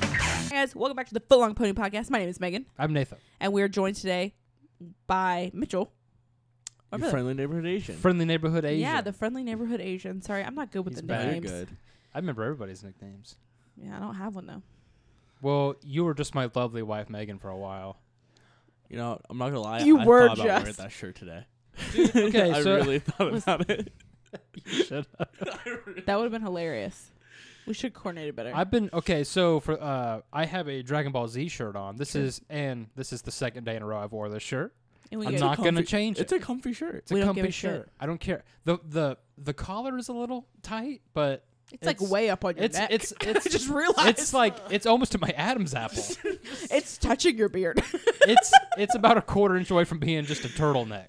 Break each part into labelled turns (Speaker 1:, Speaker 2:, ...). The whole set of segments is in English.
Speaker 1: guys, welcome back to the Foot Long Pony Podcast. My name is Megan,
Speaker 2: I'm Nathan.
Speaker 1: and we're joined today by Mitchell. My
Speaker 3: Your
Speaker 1: brother.
Speaker 3: friendly neighborhood Asian.
Speaker 2: Friendly neighborhood Asian.
Speaker 1: Yeah, the friendly neighborhood Asian. Sorry, I'm not good with
Speaker 2: He's
Speaker 1: the
Speaker 2: bad.
Speaker 3: Very
Speaker 1: names.
Speaker 3: good.
Speaker 2: I remember everybody's nicknames.
Speaker 1: Yeah, I don't have one though.
Speaker 2: Well, you were just my lovely wife, Megan, for a while.
Speaker 3: You know, I'm not gonna lie.
Speaker 1: You
Speaker 3: I
Speaker 1: were
Speaker 3: thought about wearing
Speaker 1: just-
Speaker 3: that shirt today.
Speaker 2: okay,
Speaker 3: I
Speaker 2: so-
Speaker 3: really thought about it.
Speaker 1: That would have been hilarious. We should coordinate it better.
Speaker 2: I've been okay. So for uh, I have a Dragon Ball Z shirt on. This
Speaker 1: Sure.
Speaker 2: is and this is the second day in a row I've wore this shirt.
Speaker 1: and we
Speaker 2: I'm
Speaker 1: get-
Speaker 2: not gonna
Speaker 3: comfy-
Speaker 2: change
Speaker 3: It's
Speaker 2: it.
Speaker 3: a comfy shirt.
Speaker 2: It's a
Speaker 1: we don't give
Speaker 2: comfy
Speaker 1: a shit.
Speaker 2: shirt. I don't care. the the The collar is a little tight, but
Speaker 1: it's, like
Speaker 2: it's-
Speaker 1: way up on your
Speaker 2: it's
Speaker 1: neck.
Speaker 2: it's
Speaker 1: I
Speaker 2: it's
Speaker 1: just realized
Speaker 2: it's like it's almost to my Adam's apple.
Speaker 1: it's touching your beard.
Speaker 2: it's it's about a quarter inch away from being just a turtleneck.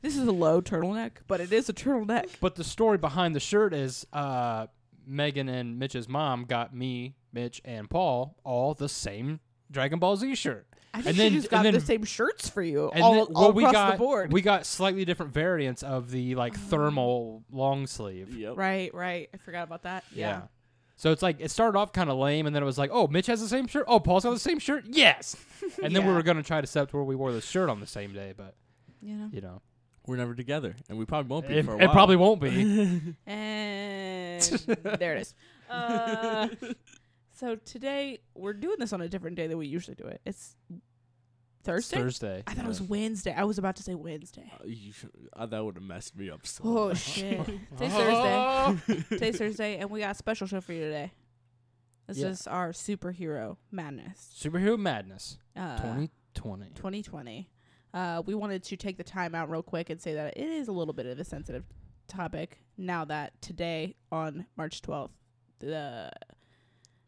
Speaker 1: This is a low turtleneck, but it is a turtleneck.
Speaker 2: But the story behind the shirt is uh, Megan and Mitch's mom got me, Mitch, and Paul all the same Dragon Ball Z shirt.
Speaker 1: I
Speaker 2: And
Speaker 1: think
Speaker 2: then-
Speaker 1: she just
Speaker 2: and
Speaker 1: got
Speaker 2: then-
Speaker 1: the same shirts for you
Speaker 2: And
Speaker 1: all,
Speaker 2: then,
Speaker 1: all
Speaker 2: well, we
Speaker 1: across
Speaker 2: got
Speaker 1: the board.
Speaker 2: we got slightly different variants of the like thermal long sleeve.
Speaker 3: Yep.
Speaker 1: right, right. I forgot about that. Yeah.
Speaker 2: So it's like it started off kind of lame, and then it was like, oh, Mitch has the same shirt. Oh, Paul's got the same shirt. Yes. And then we
Speaker 1: Yeah.
Speaker 2: were gonna try to set up to where we wore the shirt on the same day, but
Speaker 1: You know.
Speaker 2: you know,
Speaker 3: We're never together, and we probably won't be
Speaker 2: it,
Speaker 3: for a
Speaker 2: it
Speaker 3: while.
Speaker 2: probably won't be.
Speaker 1: And there it is. Uh, so today we're doing this on a different day than we usually do it. It's
Speaker 2: It's
Speaker 1: Thursday.
Speaker 2: Thursday.
Speaker 1: I thought it was Wednesday. I was about to say Wednesday.
Speaker 3: Uh, you should, uh, that would have messed me up so.
Speaker 1: Oh
Speaker 3: much.
Speaker 1: shit! Today's Thursday.
Speaker 2: Oh.
Speaker 1: Today's Thursday, and we got a special show for you today. This
Speaker 2: Yeah.
Speaker 1: is our superhero madness.
Speaker 2: Superhero Madness
Speaker 1: Uh,
Speaker 2: 2020.
Speaker 1: 2020. Uh, we wanted to take the time out real quick and say that it is a little bit of a sensitive topic now that today on March 12th, the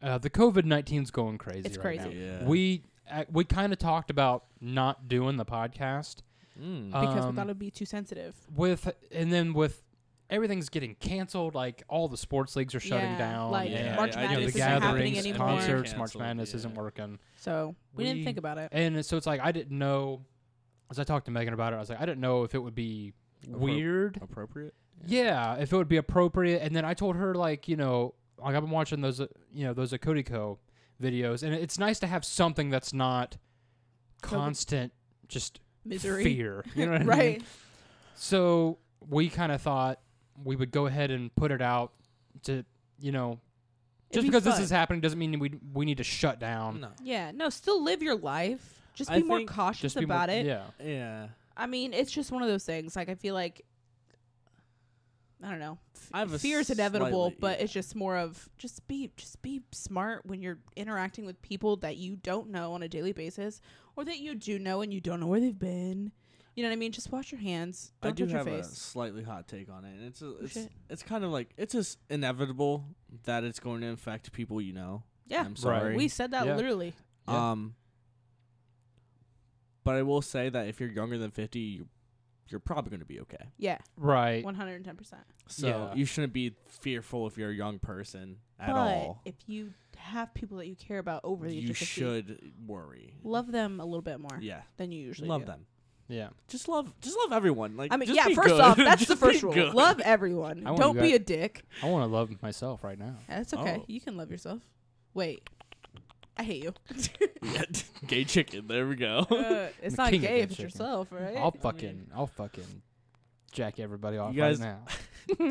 Speaker 2: Uh, the COVID 19's going crazy.
Speaker 1: It's
Speaker 2: right
Speaker 1: crazy.
Speaker 3: Yeah.
Speaker 2: now. We uh, we kind of talked about not doing the podcast
Speaker 3: Mm.
Speaker 1: because we
Speaker 2: Um,
Speaker 1: thought it would be too sensitive.
Speaker 2: with, and then with everything's getting canceled. Like all the sports leagues are shutting
Speaker 1: Yeah,
Speaker 2: down.
Speaker 1: like,
Speaker 2: and,
Speaker 1: March
Speaker 2: you know,
Speaker 1: Madness
Speaker 2: the
Speaker 1: isn't happening
Speaker 2: gatherings,
Speaker 1: anymore.
Speaker 2: concerts, March
Speaker 3: Canceled,
Speaker 2: Madness
Speaker 3: yeah.
Speaker 2: isn't working,
Speaker 1: So we,
Speaker 2: we-
Speaker 1: didn't think about it.
Speaker 2: and so it's like I didn't know. As I talked to Megan about it, I was like, I didn't know if it would be weird.
Speaker 3: Appropriate.
Speaker 2: Yeah, if it would be appropriate. And then I told her like, you know, like I've been watching those, uh, you know, those Akutiko videos, and it's nice to have something that's not constant, just
Speaker 1: Misery.
Speaker 2: fear. You know what I mean?
Speaker 1: Right.
Speaker 2: So we kind of thought we would go ahead and put it out to, you know, just
Speaker 1: be
Speaker 2: because this
Speaker 1: fun.
Speaker 2: is happening doesn't mean we we need to shut
Speaker 1: um,
Speaker 2: down.
Speaker 3: No.
Speaker 1: Yeah. No, still live your life. Just be
Speaker 3: I
Speaker 1: more
Speaker 3: think-
Speaker 1: cautious
Speaker 2: Just be more-
Speaker 1: about it.
Speaker 2: Yeah.
Speaker 3: Yeah.
Speaker 1: I mean, it's just one of those things. Like, I feel like, I don't know. F-
Speaker 3: I have a
Speaker 1: Fear is inevitable,
Speaker 3: slightly-
Speaker 1: but
Speaker 3: yeah.
Speaker 1: it's just more of just be just be smart when you're interacting with people that you don't know on a daily basis, or that you do know and you don't know where they've been. You know what I mean? Just wash your hands. Don't
Speaker 3: I do
Speaker 1: touch
Speaker 3: have
Speaker 1: your
Speaker 3: a
Speaker 1: face. Oh,
Speaker 3: slightly hot take on it, and it's a, it's
Speaker 1: shit.
Speaker 3: it's kind of like it's just inevitable that it's going to affect people you know.
Speaker 1: yeah,
Speaker 3: I'm sorry.
Speaker 1: we said that
Speaker 2: Yeah.
Speaker 1: literally.
Speaker 2: Yeah.
Speaker 3: Um, but I will say that if you're younger than 50, you- you're probably going to be okay.
Speaker 1: Yeah,
Speaker 2: Right.
Speaker 1: one hundred and ten percent.
Speaker 3: So
Speaker 2: Yeah.
Speaker 3: you shouldn't be fearful if you're a young person at
Speaker 1: but
Speaker 3: all.
Speaker 1: if you have people that you care about over the age
Speaker 3: You
Speaker 1: of 50,
Speaker 3: should worry.
Speaker 1: love them a little bit more
Speaker 3: Yeah,
Speaker 1: than you usually
Speaker 3: love
Speaker 1: do.
Speaker 3: them.
Speaker 2: Yeah.
Speaker 3: Just love, just love everyone. Like,
Speaker 1: I mean,
Speaker 3: just
Speaker 1: yeah.
Speaker 3: be
Speaker 1: First
Speaker 3: good.
Speaker 1: off, that's the
Speaker 3: Just
Speaker 1: first
Speaker 3: be
Speaker 1: rule.
Speaker 3: good.
Speaker 1: Love everyone.
Speaker 2: I want
Speaker 1: Don't
Speaker 2: you
Speaker 1: be
Speaker 2: guys-
Speaker 1: a dick.
Speaker 2: I want to love myself right now.
Speaker 1: Yeah, That's okay.
Speaker 3: Oh.
Speaker 1: You can love yourself. Wait. I hate you.
Speaker 3: Yeah, gay chicken. There we go.
Speaker 1: Uh, it's
Speaker 2: The
Speaker 1: not
Speaker 2: king of
Speaker 1: gay if
Speaker 2: good
Speaker 1: it's
Speaker 2: chicken.
Speaker 1: yourself, right?
Speaker 2: I'll fucking, I'll fucking jack everybody off
Speaker 3: guys-
Speaker 2: right now.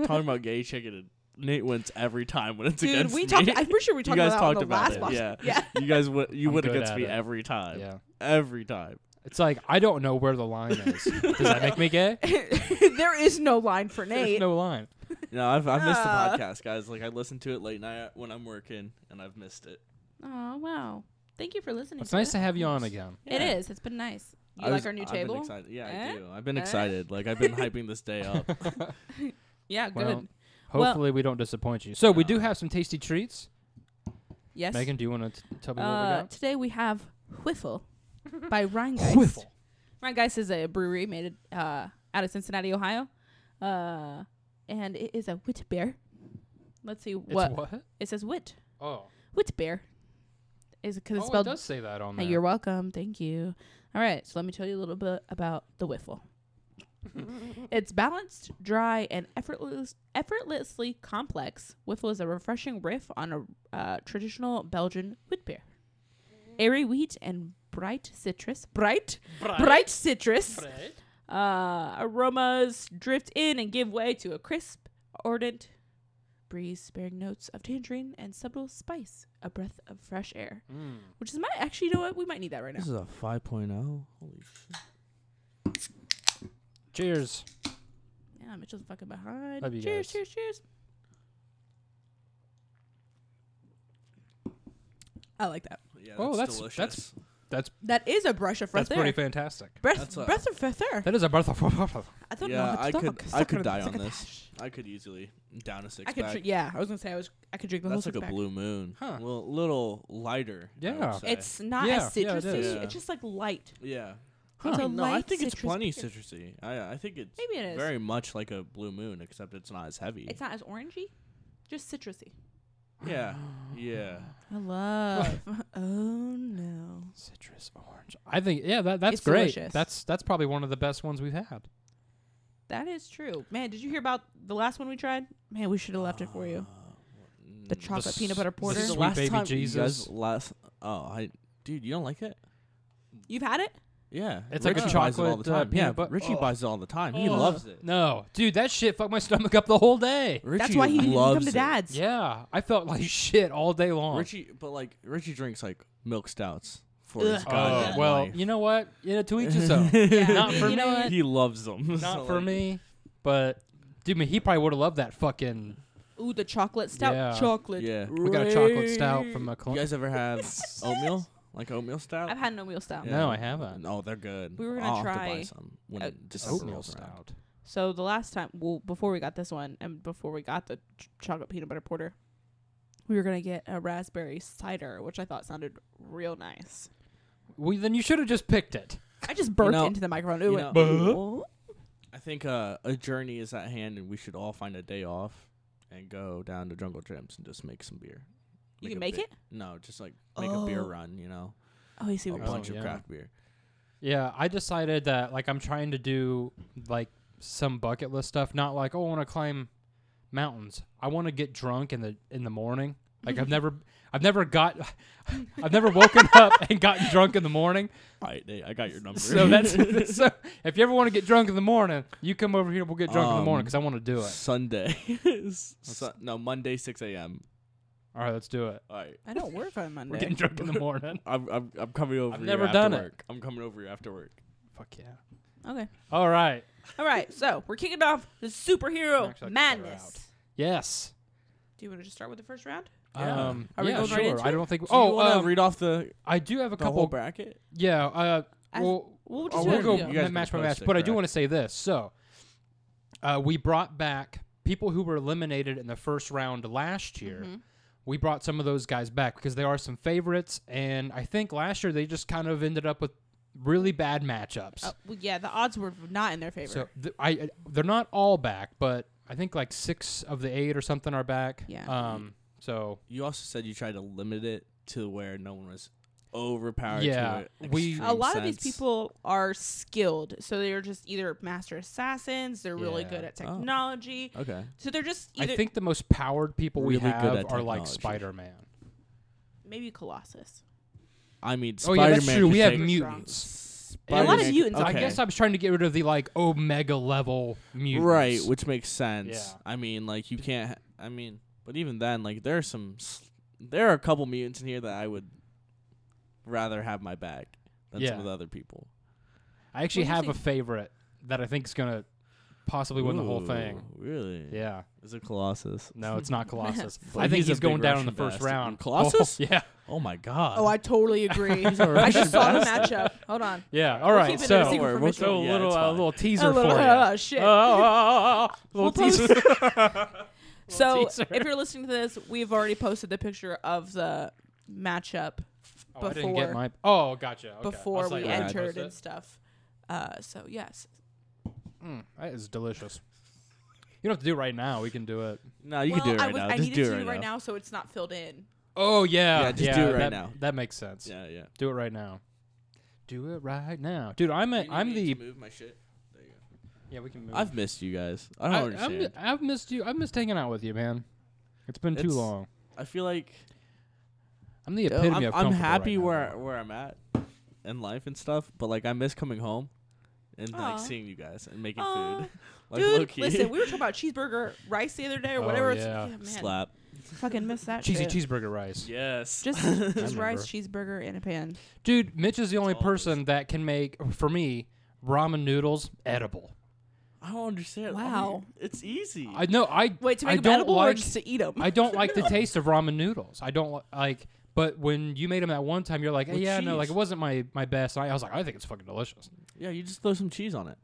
Speaker 3: Talking about gay chicken, and Nate wins every time when it's
Speaker 1: Dude,
Speaker 3: against
Speaker 1: we
Speaker 3: me.
Speaker 1: talked. I'm pretty sure we
Speaker 3: You
Speaker 1: talked
Speaker 3: guys
Speaker 1: about that on
Speaker 3: talked
Speaker 1: the
Speaker 3: about
Speaker 1: last
Speaker 3: it,
Speaker 1: watch.
Speaker 3: yeah.
Speaker 1: yeah.
Speaker 3: you guys, win, you
Speaker 2: I'm
Speaker 3: win
Speaker 2: good
Speaker 3: against
Speaker 2: at
Speaker 3: me
Speaker 2: it.
Speaker 3: every time.
Speaker 2: Yeah.
Speaker 3: Every time.
Speaker 2: It's like I don't know where the line is. Does that make me gay?
Speaker 1: there is no line for
Speaker 2: There's
Speaker 1: Nate.
Speaker 2: no line.
Speaker 3: No, I've, I've missed the
Speaker 1: Ah.
Speaker 3: podcast, guys. Like I listen to it late night when I'm working, and I've missed it.
Speaker 1: Oh wow! Thank you for listening.
Speaker 2: It's nice to have you on again.
Speaker 1: It
Speaker 3: Yeah.
Speaker 1: is. It's been nice. You
Speaker 3: I
Speaker 1: like
Speaker 3: was-
Speaker 1: our new
Speaker 3: I've been
Speaker 1: table?
Speaker 3: excited. Yeah,
Speaker 1: Eh?
Speaker 3: I do. I've been
Speaker 1: Eh?
Speaker 3: excited. Like I've been hyping this day up.
Speaker 1: Yeah, good.
Speaker 2: Well, Hopefully, we don't disappoint you. So we do have some tasty treats.
Speaker 1: yes.
Speaker 2: Megan, do you want to tell me
Speaker 1: uh,
Speaker 2: what
Speaker 1: today we have Whiffle by Ryan
Speaker 2: we got?
Speaker 1: Geist. Ryan Geist is a brewery made uh, out of Cincinnati, Ohio, uh, and it is a wit beer. Let's see
Speaker 2: It's
Speaker 1: what
Speaker 2: what?
Speaker 1: it says. Wit
Speaker 2: Oh,
Speaker 1: wit beer is because it's
Speaker 2: oh it
Speaker 1: spelled.
Speaker 2: does say that on
Speaker 1: Hey,
Speaker 2: there.
Speaker 1: you're welcome. Thank you. All right, so let me tell you a little bit about the wiffle. It's balanced, dry, and effortless, effortlessly complex, whiffles a refreshing riff on a uh, traditional Belgian wheat beer. Airy wheat and bright citrus, bright, bright, citrus uh, aromas drift in and give way to a crisp, ardent breeze, sparing notes of tangerine and subtle spice, a breath of fresh air.
Speaker 2: Mm.
Speaker 1: Which is my actually, you know what? We might need that right now.
Speaker 3: This is a 5.0. Holy shit.
Speaker 2: Cheers.
Speaker 1: Yeah, Mitchell's fucking behind.
Speaker 2: Love you
Speaker 1: cheers,
Speaker 2: guys.
Speaker 1: cheers, cheers. I like that.
Speaker 3: Yeah,
Speaker 2: Oh, that's- that's- That's
Speaker 1: That is a brush of fresh
Speaker 2: that's
Speaker 1: air.
Speaker 2: pretty fantastic.
Speaker 1: breath,
Speaker 3: That's a-
Speaker 1: breath of fresh air.
Speaker 2: That is a breath of.
Speaker 1: I don't know.
Speaker 3: Yeah,
Speaker 1: how to
Speaker 3: I
Speaker 1: talk.
Speaker 3: could- I
Speaker 1: Sucker,
Speaker 3: could die on
Speaker 1: sucker
Speaker 3: this.
Speaker 1: dash.
Speaker 3: I could easily down a six
Speaker 1: I could.
Speaker 3: pack.
Speaker 1: Drink, yeah, I was gonna say I was. I could drink the
Speaker 3: that's
Speaker 1: whole
Speaker 3: like a
Speaker 1: six pack.
Speaker 3: blue moon.
Speaker 2: Huh.
Speaker 3: Well, little lighter. I would
Speaker 2: Yeah.
Speaker 3: say.
Speaker 1: It's not
Speaker 2: Yeah,
Speaker 1: as citrusy.
Speaker 2: yeah, it is.
Speaker 3: Yeah.
Speaker 1: It's just like light.
Speaker 3: yeah.
Speaker 1: Huh. It's a
Speaker 3: No, I
Speaker 1: light
Speaker 3: think it's
Speaker 1: citrus
Speaker 3: plenty
Speaker 1: beer.
Speaker 3: citrusy. I I think it's
Speaker 1: Maybe it is.
Speaker 3: very much like a blue moon, except it's not as heavy.
Speaker 1: It's not as orangey, just citrusy.
Speaker 3: yeah, yeah.
Speaker 1: I love. oh no.
Speaker 2: Citrus orange. I think yeah, that that's
Speaker 1: It's
Speaker 2: great.
Speaker 1: delicious.
Speaker 2: That's that's probably one of the best ones we've had.
Speaker 1: That is true. Man, did you hear about the last one we tried? Man, we should have left it for
Speaker 2: Um,
Speaker 1: you.
Speaker 3: Uh,
Speaker 1: The chocolate peanut
Speaker 2: s-
Speaker 1: butter
Speaker 2: the
Speaker 1: porter.
Speaker 3: This is the
Speaker 2: Sweet
Speaker 3: last
Speaker 2: baby
Speaker 3: time you
Speaker 2: Jesus.
Speaker 3: guys last. Oh, I dude, you don't like it?
Speaker 1: You've had it?
Speaker 3: Yeah,
Speaker 2: It's like a
Speaker 3: Richie buys it all the
Speaker 2: chocolate, uh,
Speaker 3: time. yeah,
Speaker 2: peanut but-
Speaker 3: Richie
Speaker 2: Ugh.
Speaker 3: buys it all the time. He
Speaker 2: Ugh.
Speaker 3: loves it.
Speaker 2: No, dude, that shit fucked my stomach up the whole day.
Speaker 3: Richie
Speaker 1: That's why he didn't
Speaker 3: loves
Speaker 1: come to
Speaker 3: it.
Speaker 1: dad's.
Speaker 2: Yeah, I felt like shit all day
Speaker 1: Oh.
Speaker 2: long.
Speaker 3: Richie, but like Richie drinks like milk stouts for
Speaker 1: Ugh.
Speaker 3: his
Speaker 2: Oh,
Speaker 3: goddamn
Speaker 2: well,
Speaker 3: life.
Speaker 2: you know what? Yeah, to each his own. Not for
Speaker 1: you know
Speaker 2: me.
Speaker 1: what?
Speaker 3: he loves them.
Speaker 2: Not for me, but dude, man, he probably would have loved that fucking.
Speaker 1: Ooh, the chocolate stout.
Speaker 2: Yeah.
Speaker 1: Chocolate.
Speaker 3: Yeah.
Speaker 2: We got a chocolate stout from a.
Speaker 3: You
Speaker 2: Col-
Speaker 3: guys ever had oatmeal? Like oatmeal stout?
Speaker 1: I've had an oatmeal stout.
Speaker 2: No, I haven't.
Speaker 3: No, they're good.
Speaker 1: We were gonna
Speaker 3: I'll Have to
Speaker 1: try
Speaker 3: buy some when
Speaker 1: a-
Speaker 3: December
Speaker 2: Oatmeal
Speaker 3: rolls around.
Speaker 2: stout.
Speaker 1: So the last time, well, before we got this one and before we got the ch- chocolate peanut butter porter, we were going to get a raspberry cider, which I thought sounded real nice.
Speaker 2: Well, then you should have just picked it.
Speaker 1: I just burped
Speaker 3: know-
Speaker 1: into the microphone. It
Speaker 3: you
Speaker 1: went,
Speaker 2: know-
Speaker 1: "Ooh."
Speaker 3: I think uh, a journey is at hand, and we should all find a day off and go down to Jungle Gyms and just make some beer.
Speaker 1: You can
Speaker 3: a
Speaker 1: make
Speaker 3: bi-
Speaker 1: it?
Speaker 3: No, just like make a beer
Speaker 1: Oh.
Speaker 3: run. You know,
Speaker 1: Oh, I see
Speaker 3: a
Speaker 1: what you're saying.
Speaker 3: bunch of
Speaker 2: yeah.
Speaker 3: craft beer.
Speaker 2: Yeah, I decided that like I'm trying to do like some bucket list stuff, not like oh I want to climb mountains. I want to get drunk in the in the morning. Like I've never I've never got I've never woken up and gotten drunk in the morning.
Speaker 3: All right, I got your number.
Speaker 2: So that's so if you ever want to get drunk in the morning, you come over here. We'll get drunk in the morning
Speaker 3: Um,
Speaker 2: because I want to do it.
Speaker 3: Sunday. Su- no, Monday, six a.m.
Speaker 2: All right, let's do it.
Speaker 3: All right,
Speaker 1: I don't work on
Speaker 3: eh?
Speaker 2: We're
Speaker 1: Monday.
Speaker 2: getting drunk in the morning.
Speaker 3: I'm I'm, I'm coming over. here
Speaker 2: never
Speaker 3: after
Speaker 2: done it.
Speaker 3: work. I'm coming over here after work.
Speaker 2: Fuck yeah.
Speaker 1: Okay.
Speaker 2: All right.
Speaker 1: All right. So we're kicking off the superhero
Speaker 2: Actually, I can cut her out.
Speaker 1: madness.
Speaker 2: Yes.
Speaker 1: Do you want to just start with the first round?
Speaker 3: Yeah.
Speaker 2: Um,
Speaker 1: Are we
Speaker 2: yeah,
Speaker 1: going
Speaker 2: sure.
Speaker 1: right into
Speaker 2: I
Speaker 1: it?
Speaker 2: don't think.
Speaker 3: Do you
Speaker 2: oh,
Speaker 3: want to
Speaker 2: um,
Speaker 3: read off the,
Speaker 2: I do have a
Speaker 3: the whole
Speaker 2: couple.
Speaker 3: bracket?
Speaker 2: Yeah. Uh,
Speaker 1: I-
Speaker 2: well,
Speaker 1: We'll
Speaker 2: Oh,
Speaker 1: just
Speaker 3: do
Speaker 2: we'll
Speaker 3: it.
Speaker 2: go
Speaker 3: You guys
Speaker 2: ma-
Speaker 3: can
Speaker 2: match by
Speaker 3: post
Speaker 2: match.
Speaker 3: it,
Speaker 2: But I do
Speaker 3: correct?
Speaker 2: want to say this. So, uh, we brought back people who were eliminated in the first round last year.
Speaker 1: Mm-hmm.
Speaker 2: We brought some of those guys back because they are some favorites, and I think last year they just kind of ended up with really bad matchups.
Speaker 1: Uh, well, yeah, the odds were not in their favor.
Speaker 2: so th- I, I- they're not all back, but I think like six of the eight or something are back.
Speaker 1: Yeah.
Speaker 2: Um. So
Speaker 3: You also said you tried to limit it to where no one was overpowered.
Speaker 2: Yeah,
Speaker 3: to a
Speaker 2: we-
Speaker 1: a
Speaker 3: extreme
Speaker 1: lot of these
Speaker 3: sense.
Speaker 1: people are skilled, so they're just either master assassins. They're really
Speaker 2: Yeah.
Speaker 1: good at
Speaker 3: Oh.
Speaker 1: technology,
Speaker 3: Okay.
Speaker 1: so they're just either
Speaker 2: I think the most powered people we
Speaker 3: Really good
Speaker 2: have
Speaker 3: at
Speaker 2: are like
Speaker 3: technology.
Speaker 2: Spider Man.
Speaker 1: maybe Colossus.
Speaker 3: I mean,
Speaker 2: Oh
Speaker 3: Spider
Speaker 2: yeah,
Speaker 3: Man.
Speaker 2: that's true. We have
Speaker 1: take-
Speaker 2: mutants.
Speaker 1: A lot of mutants
Speaker 2: I
Speaker 1: Okay.
Speaker 2: guess I was trying to get rid of the like omega level mutants.
Speaker 3: right, which makes sense.
Speaker 2: Yeah.
Speaker 3: I mean, like you can't. ha- I mean, but even then, like there are some. s- There are a couple mutants in here that I would rather have my back than some
Speaker 2: Yeah.
Speaker 3: of the other people.
Speaker 2: I actually
Speaker 1: What'd
Speaker 2: have
Speaker 1: you
Speaker 2: a favorite that I think is gonna possibly win the whole thing.
Speaker 3: Ooh, Really?
Speaker 2: Yeah.
Speaker 3: Is it Colossus?
Speaker 2: No, it's not Colossus.
Speaker 3: But
Speaker 2: I think
Speaker 3: he's
Speaker 2: he's,
Speaker 3: a
Speaker 2: going
Speaker 3: big
Speaker 2: down in
Speaker 3: Russian
Speaker 2: the first
Speaker 3: bastard.
Speaker 2: round.
Speaker 3: Colossus?
Speaker 2: Oh, yeah.
Speaker 3: Oh my God.
Speaker 1: oh, I totally agree.
Speaker 3: a
Speaker 1: I
Speaker 3: Russian
Speaker 1: just saw the
Speaker 3: bastard.
Speaker 1: matchup. Hold on.
Speaker 2: Yeah. All
Speaker 1: We're
Speaker 2: right.
Speaker 1: keeping it a
Speaker 2: So,
Speaker 1: secret
Speaker 3: Don't worry,
Speaker 1: from
Speaker 3: we'll
Speaker 1: Mitchell.
Speaker 2: so a
Speaker 3: Yeah,
Speaker 2: little
Speaker 3: it's
Speaker 2: uh,
Speaker 3: fine.
Speaker 2: little teaser
Speaker 1: A little,
Speaker 2: for you.
Speaker 1: oh, shit.
Speaker 2: Oh, oh, oh, oh, oh,
Speaker 1: We'll
Speaker 2: little teaser.
Speaker 1: so
Speaker 2: teaser.
Speaker 1: if you're listening to this, we've already posted the picture of the matchup
Speaker 2: Oh, I didn't get
Speaker 1: before-
Speaker 2: my. Oh, gotcha. Okay. I was
Speaker 1: before
Speaker 2: like,
Speaker 1: we
Speaker 2: yeah, I
Speaker 1: entered
Speaker 2: posted
Speaker 1: and
Speaker 2: it.
Speaker 1: stuff. Uh, so yes,
Speaker 2: Mm, that is delicious. You don't have to do it right now. We can do it.
Speaker 3: No, Uh, you
Speaker 1: well,
Speaker 3: can do it
Speaker 1: I
Speaker 3: right
Speaker 1: was
Speaker 3: now.
Speaker 1: I
Speaker 3: just
Speaker 1: needed
Speaker 3: do
Speaker 1: to
Speaker 3: it right, now.
Speaker 1: now. so it's not filled in.
Speaker 2: Oh yeah,
Speaker 3: Yeah, just do it right
Speaker 2: that-
Speaker 3: now.
Speaker 2: That makes sense.
Speaker 3: Yeah, yeah.
Speaker 2: Do it right now. Do it right now, dude. I'm a, I'm the
Speaker 3: move my shit. There you go.
Speaker 2: Yeah, we can move.
Speaker 3: I've missed you guys. I don't
Speaker 2: I,
Speaker 3: understand.
Speaker 2: am I've missed you. I've missed hanging out with you, man. It's been too
Speaker 3: It's-
Speaker 2: long.
Speaker 3: I feel like
Speaker 2: I'm the
Speaker 3: Yeah,
Speaker 2: epitome
Speaker 3: I'm,
Speaker 2: of
Speaker 3: I'm
Speaker 2: comfortable
Speaker 3: happy
Speaker 2: right now,
Speaker 3: where
Speaker 2: though.
Speaker 3: where I'm at in life and stuff, but like I miss coming home and
Speaker 1: Aw.
Speaker 3: like seeing you guys and making
Speaker 1: Aw.
Speaker 3: food. like
Speaker 1: Dude,
Speaker 3: low key.
Speaker 1: listen, we were talking about cheeseburger rice the other day or
Speaker 2: Oh,
Speaker 1: whatever.
Speaker 2: yeah.
Speaker 1: It's, yeah, man,
Speaker 3: slap.
Speaker 1: fucking miss that
Speaker 2: cheesy
Speaker 1: shit.
Speaker 2: cheeseburger rice.
Speaker 3: Yes.
Speaker 1: Just, just
Speaker 2: remember.
Speaker 1: rice, cheeseburger in a pan.
Speaker 2: Dude, Mitch is the only
Speaker 3: all it is.
Speaker 2: person that can make for me ramen noodles edible.
Speaker 3: I don't understand. I
Speaker 1: Wow.
Speaker 3: mean, it's easy.
Speaker 2: I know I
Speaker 1: Wait, to
Speaker 2: I
Speaker 1: make them
Speaker 2: don't
Speaker 1: edible or
Speaker 2: like-
Speaker 1: just to eat them?
Speaker 2: I don't like the taste of ramen noodles. I don't li- like. But when you made them that one time, you're like,
Speaker 3: With
Speaker 2: yeah, no, like
Speaker 3: cheese.
Speaker 2: it wasn't my my best. I, I was like, I think it's fucking delicious.
Speaker 3: yeah, you just throw some cheese on it.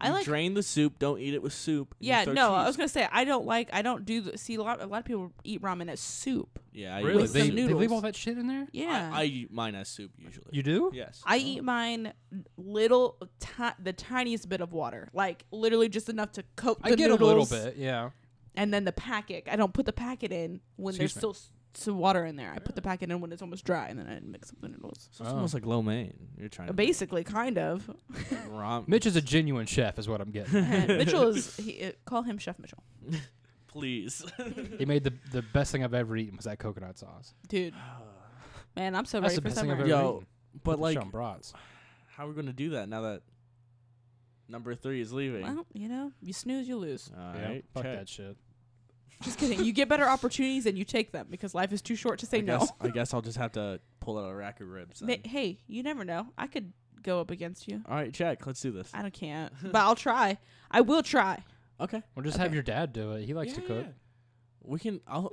Speaker 1: I
Speaker 3: You
Speaker 1: like.
Speaker 3: drain the soup. Don't eat it with soup. and you
Speaker 1: Yeah, no,
Speaker 3: throw
Speaker 1: I
Speaker 3: cheese.
Speaker 1: was gonna say I don't like. I don't do. The, see, a lot. A lot of people eat ramen as soup.
Speaker 3: yeah, I eat
Speaker 1: Really?
Speaker 3: it with
Speaker 2: They,
Speaker 1: some
Speaker 3: soup.
Speaker 2: they leave
Speaker 1: noodles.
Speaker 2: all that shit in there?
Speaker 1: Yeah,
Speaker 3: I, I eat mine as soup usually.
Speaker 2: You do?
Speaker 3: yes.
Speaker 1: I eat mine little, ti- the tiniest bit of water, like literally just enough to coat the
Speaker 2: I get a little
Speaker 1: noodles,
Speaker 2: bit, yeah.
Speaker 1: and then the packet. I don't put the packet in when there's
Speaker 2: Excuse me.
Speaker 1: still s- some water in there. I put the packet in when it's almost dry, and then I mix up the noodles.
Speaker 3: So
Speaker 2: Oh.
Speaker 3: it's almost like lo mein. You're trying to
Speaker 1: Basically, kind of.
Speaker 3: ramen.
Speaker 2: Mitch is a genuine chef, is what I'm getting.
Speaker 1: And Mitchell is. He, uh, call him Chef Mitchell,
Speaker 3: please.
Speaker 2: he made the the best thing I've ever eaten was that coconut sauce.
Speaker 1: dude. Man, I'm so
Speaker 2: That's
Speaker 1: ready
Speaker 2: the
Speaker 1: for
Speaker 2: best thing I've
Speaker 1: summer.
Speaker 2: ever
Speaker 3: Yo,
Speaker 2: eaten.
Speaker 3: but
Speaker 2: Put the shit
Speaker 3: like,
Speaker 2: on brats.
Speaker 3: how are we gonna do that now that number three is leaving?
Speaker 1: Well, you know, you snooze, you lose.
Speaker 3: All
Speaker 2: Yeah,
Speaker 3: right,
Speaker 2: fuck
Speaker 3: check.
Speaker 2: that shit.
Speaker 1: Just kidding. You get better opportunities and you take them because life is too short to say
Speaker 3: I
Speaker 1: no.
Speaker 3: guess, I guess I'll just have to pull out a rack of ribs.
Speaker 1: Ma-
Speaker 3: Then.
Speaker 1: hey, you never know. I could go up against you.
Speaker 3: All right, check. Let's do this.
Speaker 1: I don't can't, but I'll try. I will try.
Speaker 3: Okay.
Speaker 2: Or just have
Speaker 1: Okay.
Speaker 2: your dad do it. He likes
Speaker 3: Yeah,
Speaker 2: to cook.
Speaker 3: yeah. We can. I'll.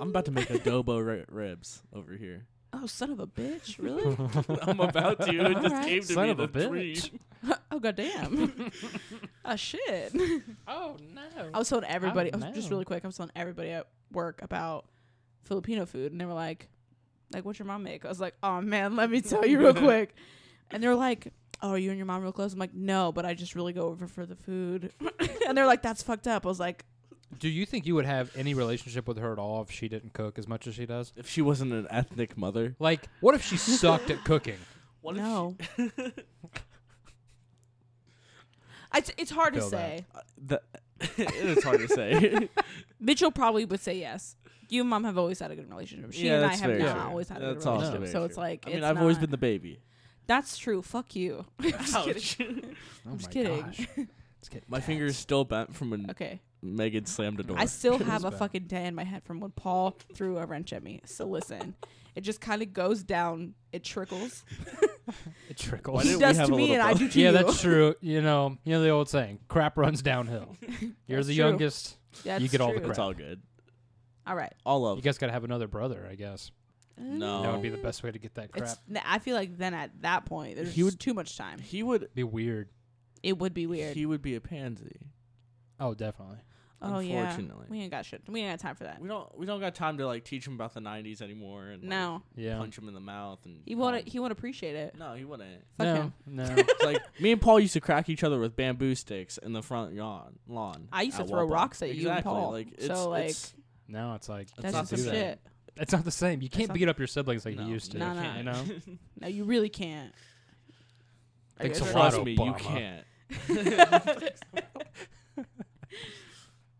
Speaker 3: I'm about to make adobo ri- ribs over here.
Speaker 1: Oh, son of a bitch! Really?
Speaker 3: I'm about to. It just
Speaker 1: Alright.
Speaker 3: came to
Speaker 2: Son
Speaker 3: me
Speaker 2: of a
Speaker 3: the dream.
Speaker 2: bitch.
Speaker 1: oh goddamn! oh shit!
Speaker 2: Oh no.
Speaker 1: I was telling everybody. I
Speaker 2: Oh,
Speaker 1: was just
Speaker 2: no.
Speaker 1: really quick. I was telling everybody at work about Filipino food, and they were like, "Like, what's your mom make?" I was like, "Oh man, let me tell you real quick." And they're like, "Oh, are you and your mom real close?" I'm like, "No, but I just really go over for the food." and they're like, "That's fucked up." I was like,
Speaker 2: Do you think you would have any relationship with her at all if she didn't cook as much as she does?
Speaker 3: If she wasn't an ethnic mother,
Speaker 2: Like, what if she sucked at cooking?
Speaker 3: what
Speaker 1: "No." It's, it's hard to
Speaker 2: Feel that.
Speaker 1: say.
Speaker 3: That it's hard to say.
Speaker 1: Mitchell probably would say yes. You and mom have always had a good relationship. She and
Speaker 3: Yeah,
Speaker 1: I
Speaker 3: that's
Speaker 1: have
Speaker 3: very
Speaker 1: not
Speaker 2: true.
Speaker 1: always had a
Speaker 3: That's
Speaker 1: good
Speaker 3: also
Speaker 1: relationship.
Speaker 3: very
Speaker 1: So it's
Speaker 3: true.
Speaker 1: like
Speaker 3: I mean,
Speaker 1: it's
Speaker 3: I've always
Speaker 1: not-
Speaker 3: been the baby.
Speaker 1: That's true. Fuck you. Just kidding.
Speaker 3: Ouch.
Speaker 2: Oh
Speaker 1: just
Speaker 2: my
Speaker 1: kidding.
Speaker 2: gosh. It's getting
Speaker 3: My finger is
Speaker 2: tense.
Speaker 3: still bent from when
Speaker 1: Okay.
Speaker 3: Megan slammed the door.
Speaker 1: Uh, I still have a
Speaker 2: is bad.
Speaker 1: fucking day in my head from when Paul threw a wrench at me. So listen, it just kind of goes down. It trickles.
Speaker 2: It
Speaker 3: Why
Speaker 2: trickles.
Speaker 1: He
Speaker 3: didn't we
Speaker 1: does
Speaker 3: have
Speaker 1: to
Speaker 3: a
Speaker 1: me,
Speaker 3: little
Speaker 1: and I
Speaker 3: brother?
Speaker 1: do to
Speaker 2: yeah,
Speaker 1: you.
Speaker 2: that's true. You know, you know the old saying: "Crap runs downhill." You're
Speaker 1: That's
Speaker 2: the
Speaker 1: true.
Speaker 2: youngest.
Speaker 1: That's
Speaker 2: You get all the
Speaker 1: true.
Speaker 2: crap.
Speaker 3: it's all good.
Speaker 1: All right.
Speaker 3: All
Speaker 2: You
Speaker 3: of
Speaker 2: guys gotta have another brother, I guess.
Speaker 3: No.
Speaker 2: That would be
Speaker 3: Um,
Speaker 2: the best way to get that crap.
Speaker 1: It's, n- I feel like then at that point, there's
Speaker 3: He would-
Speaker 1: too much time.
Speaker 3: he would
Speaker 2: be weird.
Speaker 1: It would be weird.
Speaker 3: He would be a pansy.
Speaker 2: Oh, definitely.
Speaker 1: oh yeah.
Speaker 3: unfortunately.
Speaker 1: We ain't got shit. We ain't got time for that.
Speaker 3: We don't we don't got time to like teach him about the '90s anymore and like,
Speaker 1: No.
Speaker 2: Yeah.
Speaker 3: punch him in the mouth and
Speaker 1: He
Speaker 3: call
Speaker 1: won't.
Speaker 2: um,
Speaker 3: him-
Speaker 1: He won't appreciate it.
Speaker 3: No, he wouldn't.
Speaker 1: Fuck
Speaker 2: no,
Speaker 1: him.
Speaker 2: no.
Speaker 3: It's like me and Paul used to crack each other with bamboo sticks in the front lawn. Lawn.
Speaker 1: I used to
Speaker 3: at
Speaker 1: throw
Speaker 3: Walpole.
Speaker 1: rocks at you and
Speaker 3: Exactly,
Speaker 1: Paul.
Speaker 3: Like it's,
Speaker 1: so like
Speaker 3: it's,
Speaker 2: now it's like
Speaker 1: that's
Speaker 3: not
Speaker 1: just
Speaker 3: the
Speaker 1: some
Speaker 3: same.
Speaker 1: shit.
Speaker 2: it's not the same. You can't
Speaker 1: not-
Speaker 2: beat up your siblings like
Speaker 3: No,
Speaker 2: you used to.
Speaker 1: no, Nah, nah.
Speaker 2: You know.
Speaker 1: No, you really can't. I
Speaker 2: Thanks
Speaker 1: guess
Speaker 2: a
Speaker 1: you're
Speaker 2: lot,
Speaker 3: trust me, you
Speaker 2: Obama.
Speaker 3: can't.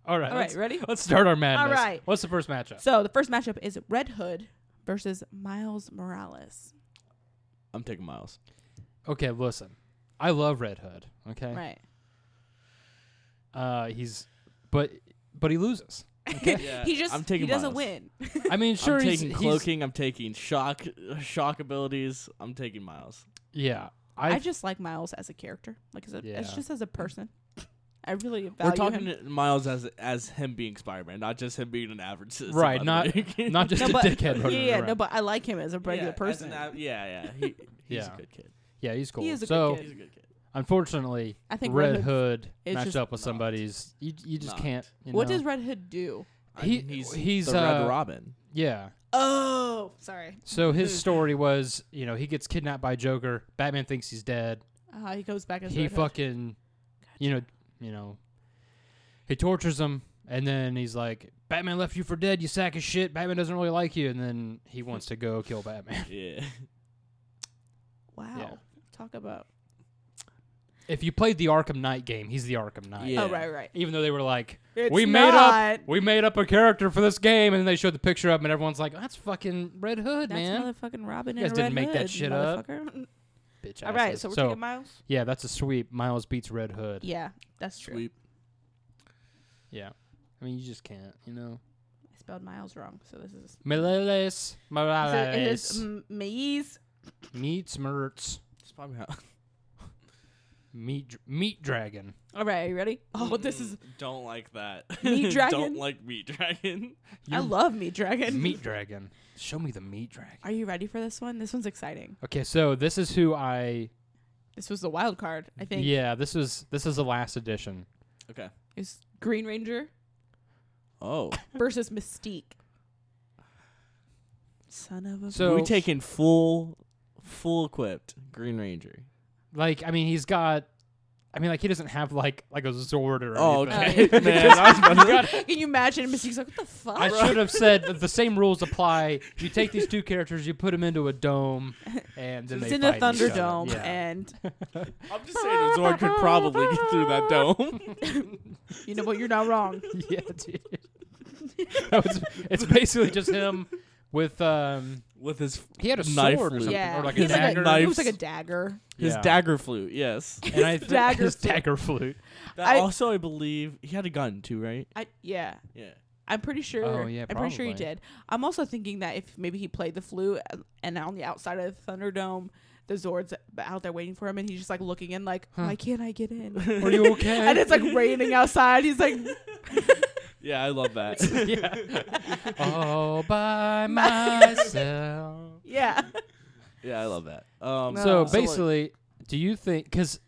Speaker 2: All right.
Speaker 1: All right,
Speaker 2: let's,
Speaker 1: ready?
Speaker 2: let's start our madness.
Speaker 1: right.
Speaker 2: What's the first matchup?
Speaker 1: So the first matchup is Red Hood versus Miles Morales.
Speaker 3: I'm taking Miles.
Speaker 2: okay, listen. I love Red Hood. Okay.
Speaker 1: Right.
Speaker 2: Uh, he's, but but he loses. Okay.
Speaker 3: Yeah,
Speaker 1: he just
Speaker 3: I'm taking
Speaker 1: he doesn't
Speaker 3: Miles.
Speaker 1: win.
Speaker 2: I mean, sure.
Speaker 3: I'm
Speaker 2: he's,
Speaker 3: taking
Speaker 2: he's-
Speaker 3: cloaking. I'm taking shock shock abilities. I'm taking Miles.
Speaker 2: yeah.
Speaker 1: I,
Speaker 2: I
Speaker 1: just like Miles as a character, like as, a,
Speaker 2: Yeah.
Speaker 1: as just as a person. I really value
Speaker 3: We're talking
Speaker 1: him.
Speaker 3: to Miles as as him being Spider-Man, not just him being an average citizen.
Speaker 2: Right,
Speaker 3: by the way.
Speaker 2: not just
Speaker 1: No,
Speaker 2: a
Speaker 1: but
Speaker 2: dickhead.
Speaker 1: yeah,
Speaker 2: running
Speaker 1: yeah,
Speaker 2: around.
Speaker 1: no, but I like him as a
Speaker 3: Yeah,
Speaker 1: regular
Speaker 3: as an
Speaker 1: person.
Speaker 3: av- yeah, yeah. He, he's
Speaker 2: Yeah.
Speaker 3: a good kid.
Speaker 2: yeah, he's cool.
Speaker 1: He is a good
Speaker 2: so
Speaker 1: kid.
Speaker 3: He's a good kid.
Speaker 2: unfortunately,
Speaker 1: I think
Speaker 2: Red,
Speaker 1: Red
Speaker 2: Hood
Speaker 1: is
Speaker 2: matched
Speaker 1: just
Speaker 2: up with
Speaker 3: not.
Speaker 2: somebody's. You, you just
Speaker 3: Not.
Speaker 2: can't. You
Speaker 1: what
Speaker 2: know?
Speaker 1: does Red Hood do?
Speaker 3: I
Speaker 2: He-
Speaker 3: mean, he's
Speaker 2: he's,
Speaker 3: the
Speaker 2: uh,
Speaker 3: Red Robin.
Speaker 2: yeah.
Speaker 1: Oh, sorry.
Speaker 2: So his story was, you know, he gets kidnapped by Joker. Batman thinks he's dead.
Speaker 1: Uh, he goes back as
Speaker 2: he
Speaker 1: Red Hood.
Speaker 2: fucking, you know, you know, he tortures him, and then he's like, "Batman left you for dead, you sack of shit. Batman doesn't really like you," and then he wants to go kill Batman.
Speaker 3: Yeah.
Speaker 1: Wow. Talk about.
Speaker 2: If you played the Arkham Knight game, he's the Arkham Knight. Uh,
Speaker 3: Yeah.
Speaker 1: Oh right, right.
Speaker 2: Even though they were like,
Speaker 1: It's
Speaker 2: we made up,
Speaker 1: not.
Speaker 2: we made up a character for this game, and then they showed the picture up, and everyone's like, that's fucking Red Hood,
Speaker 1: That's
Speaker 2: man.
Speaker 1: motherfucking Robin.
Speaker 2: You guys
Speaker 1: and
Speaker 2: didn't
Speaker 1: Red
Speaker 2: make that
Speaker 1: Hood,
Speaker 2: shit up.
Speaker 1: motherfucker.
Speaker 2: Bitch
Speaker 1: All right,
Speaker 2: asses.
Speaker 1: so we're
Speaker 2: so
Speaker 1: taking Miles.
Speaker 2: yeah, that's a sweep. Miles beats Red Hood.
Speaker 1: Yeah, that's true.
Speaker 3: Sweep.
Speaker 2: Yeah, I mean you just can't, you know.
Speaker 1: I spelled Miles wrong, so this is. um,
Speaker 2: Miles
Speaker 1: So it is
Speaker 2: Morales
Speaker 1: m- Maze.
Speaker 2: meets Mertz
Speaker 3: It's probably how.
Speaker 2: meet dr- meat dragon.
Speaker 1: All right, are you ready? Oh,
Speaker 2: Mm-hmm.
Speaker 1: this is.
Speaker 3: Mm, Don't like that.
Speaker 1: Meat dragon?
Speaker 3: don't like meat dragon.
Speaker 1: I love Meat Dragon.
Speaker 2: meat dragon. Show me the meat dragon.
Speaker 1: Are you ready for this one? This one's exciting.
Speaker 2: Okay, so this is who I.
Speaker 1: This was the wild card, I think.
Speaker 2: Yeah, this was this is the last edition.
Speaker 3: Okay.
Speaker 1: It's Green Ranger
Speaker 3: Oh.
Speaker 1: versus Mystique. Son of a.
Speaker 2: So
Speaker 3: we taking full, full equipped Green Ranger.
Speaker 2: like I mean he's got. I mean, like he doesn't have like like a Zord or
Speaker 3: Oh,
Speaker 2: anything.
Speaker 3: okay. Man, I was about to-
Speaker 1: Can you imagine? Mystique's like, what the fuck?
Speaker 2: I should have said that the same rules apply. You take these two characters, you put them into a dome, and then
Speaker 1: it's
Speaker 2: they
Speaker 1: in the
Speaker 2: fight each other.
Speaker 1: Thunderdome,
Speaker 2: Yeah.
Speaker 1: and
Speaker 3: I'm just saying, a Zord could probably get through that dome.
Speaker 1: you know what? You're not wrong.
Speaker 2: yeah, dude. No, it's, it's basically just him with um.
Speaker 3: With his
Speaker 2: He had a
Speaker 3: Knife
Speaker 2: sword or
Speaker 3: loop.
Speaker 2: something,
Speaker 1: yeah,
Speaker 2: or like a
Speaker 1: he's like
Speaker 2: dagger.
Speaker 1: a, he was
Speaker 3: Knives.
Speaker 1: like a dagger.
Speaker 3: his
Speaker 2: Yeah.
Speaker 3: dagger flute, yes.
Speaker 2: and I
Speaker 1: His
Speaker 2: think
Speaker 1: dagger
Speaker 2: his
Speaker 1: flute.
Speaker 2: dagger flute.
Speaker 3: That
Speaker 1: I-
Speaker 3: also, I believe he had a gun too, right?
Speaker 1: I yeah,
Speaker 3: Yeah.
Speaker 1: I'm pretty sure.
Speaker 2: Oh, yeah,
Speaker 1: I'm pretty sure he
Speaker 2: probably.
Speaker 1: did. I'm also thinking that if maybe he played the flute uh, and on the outside of Thunderdome, the Zord's out there waiting for him, and he's just like looking in, like,
Speaker 2: Huh.
Speaker 1: why can't I get in?
Speaker 2: Are you okay?
Speaker 1: and it's like raining outside. He's like,
Speaker 3: Yeah, I love that.
Speaker 2: yeah. All by myself.
Speaker 1: yeah,
Speaker 3: yeah, I love that.
Speaker 1: No.
Speaker 3: Um,
Speaker 2: So
Speaker 1: So, like-
Speaker 2: basically, do you think because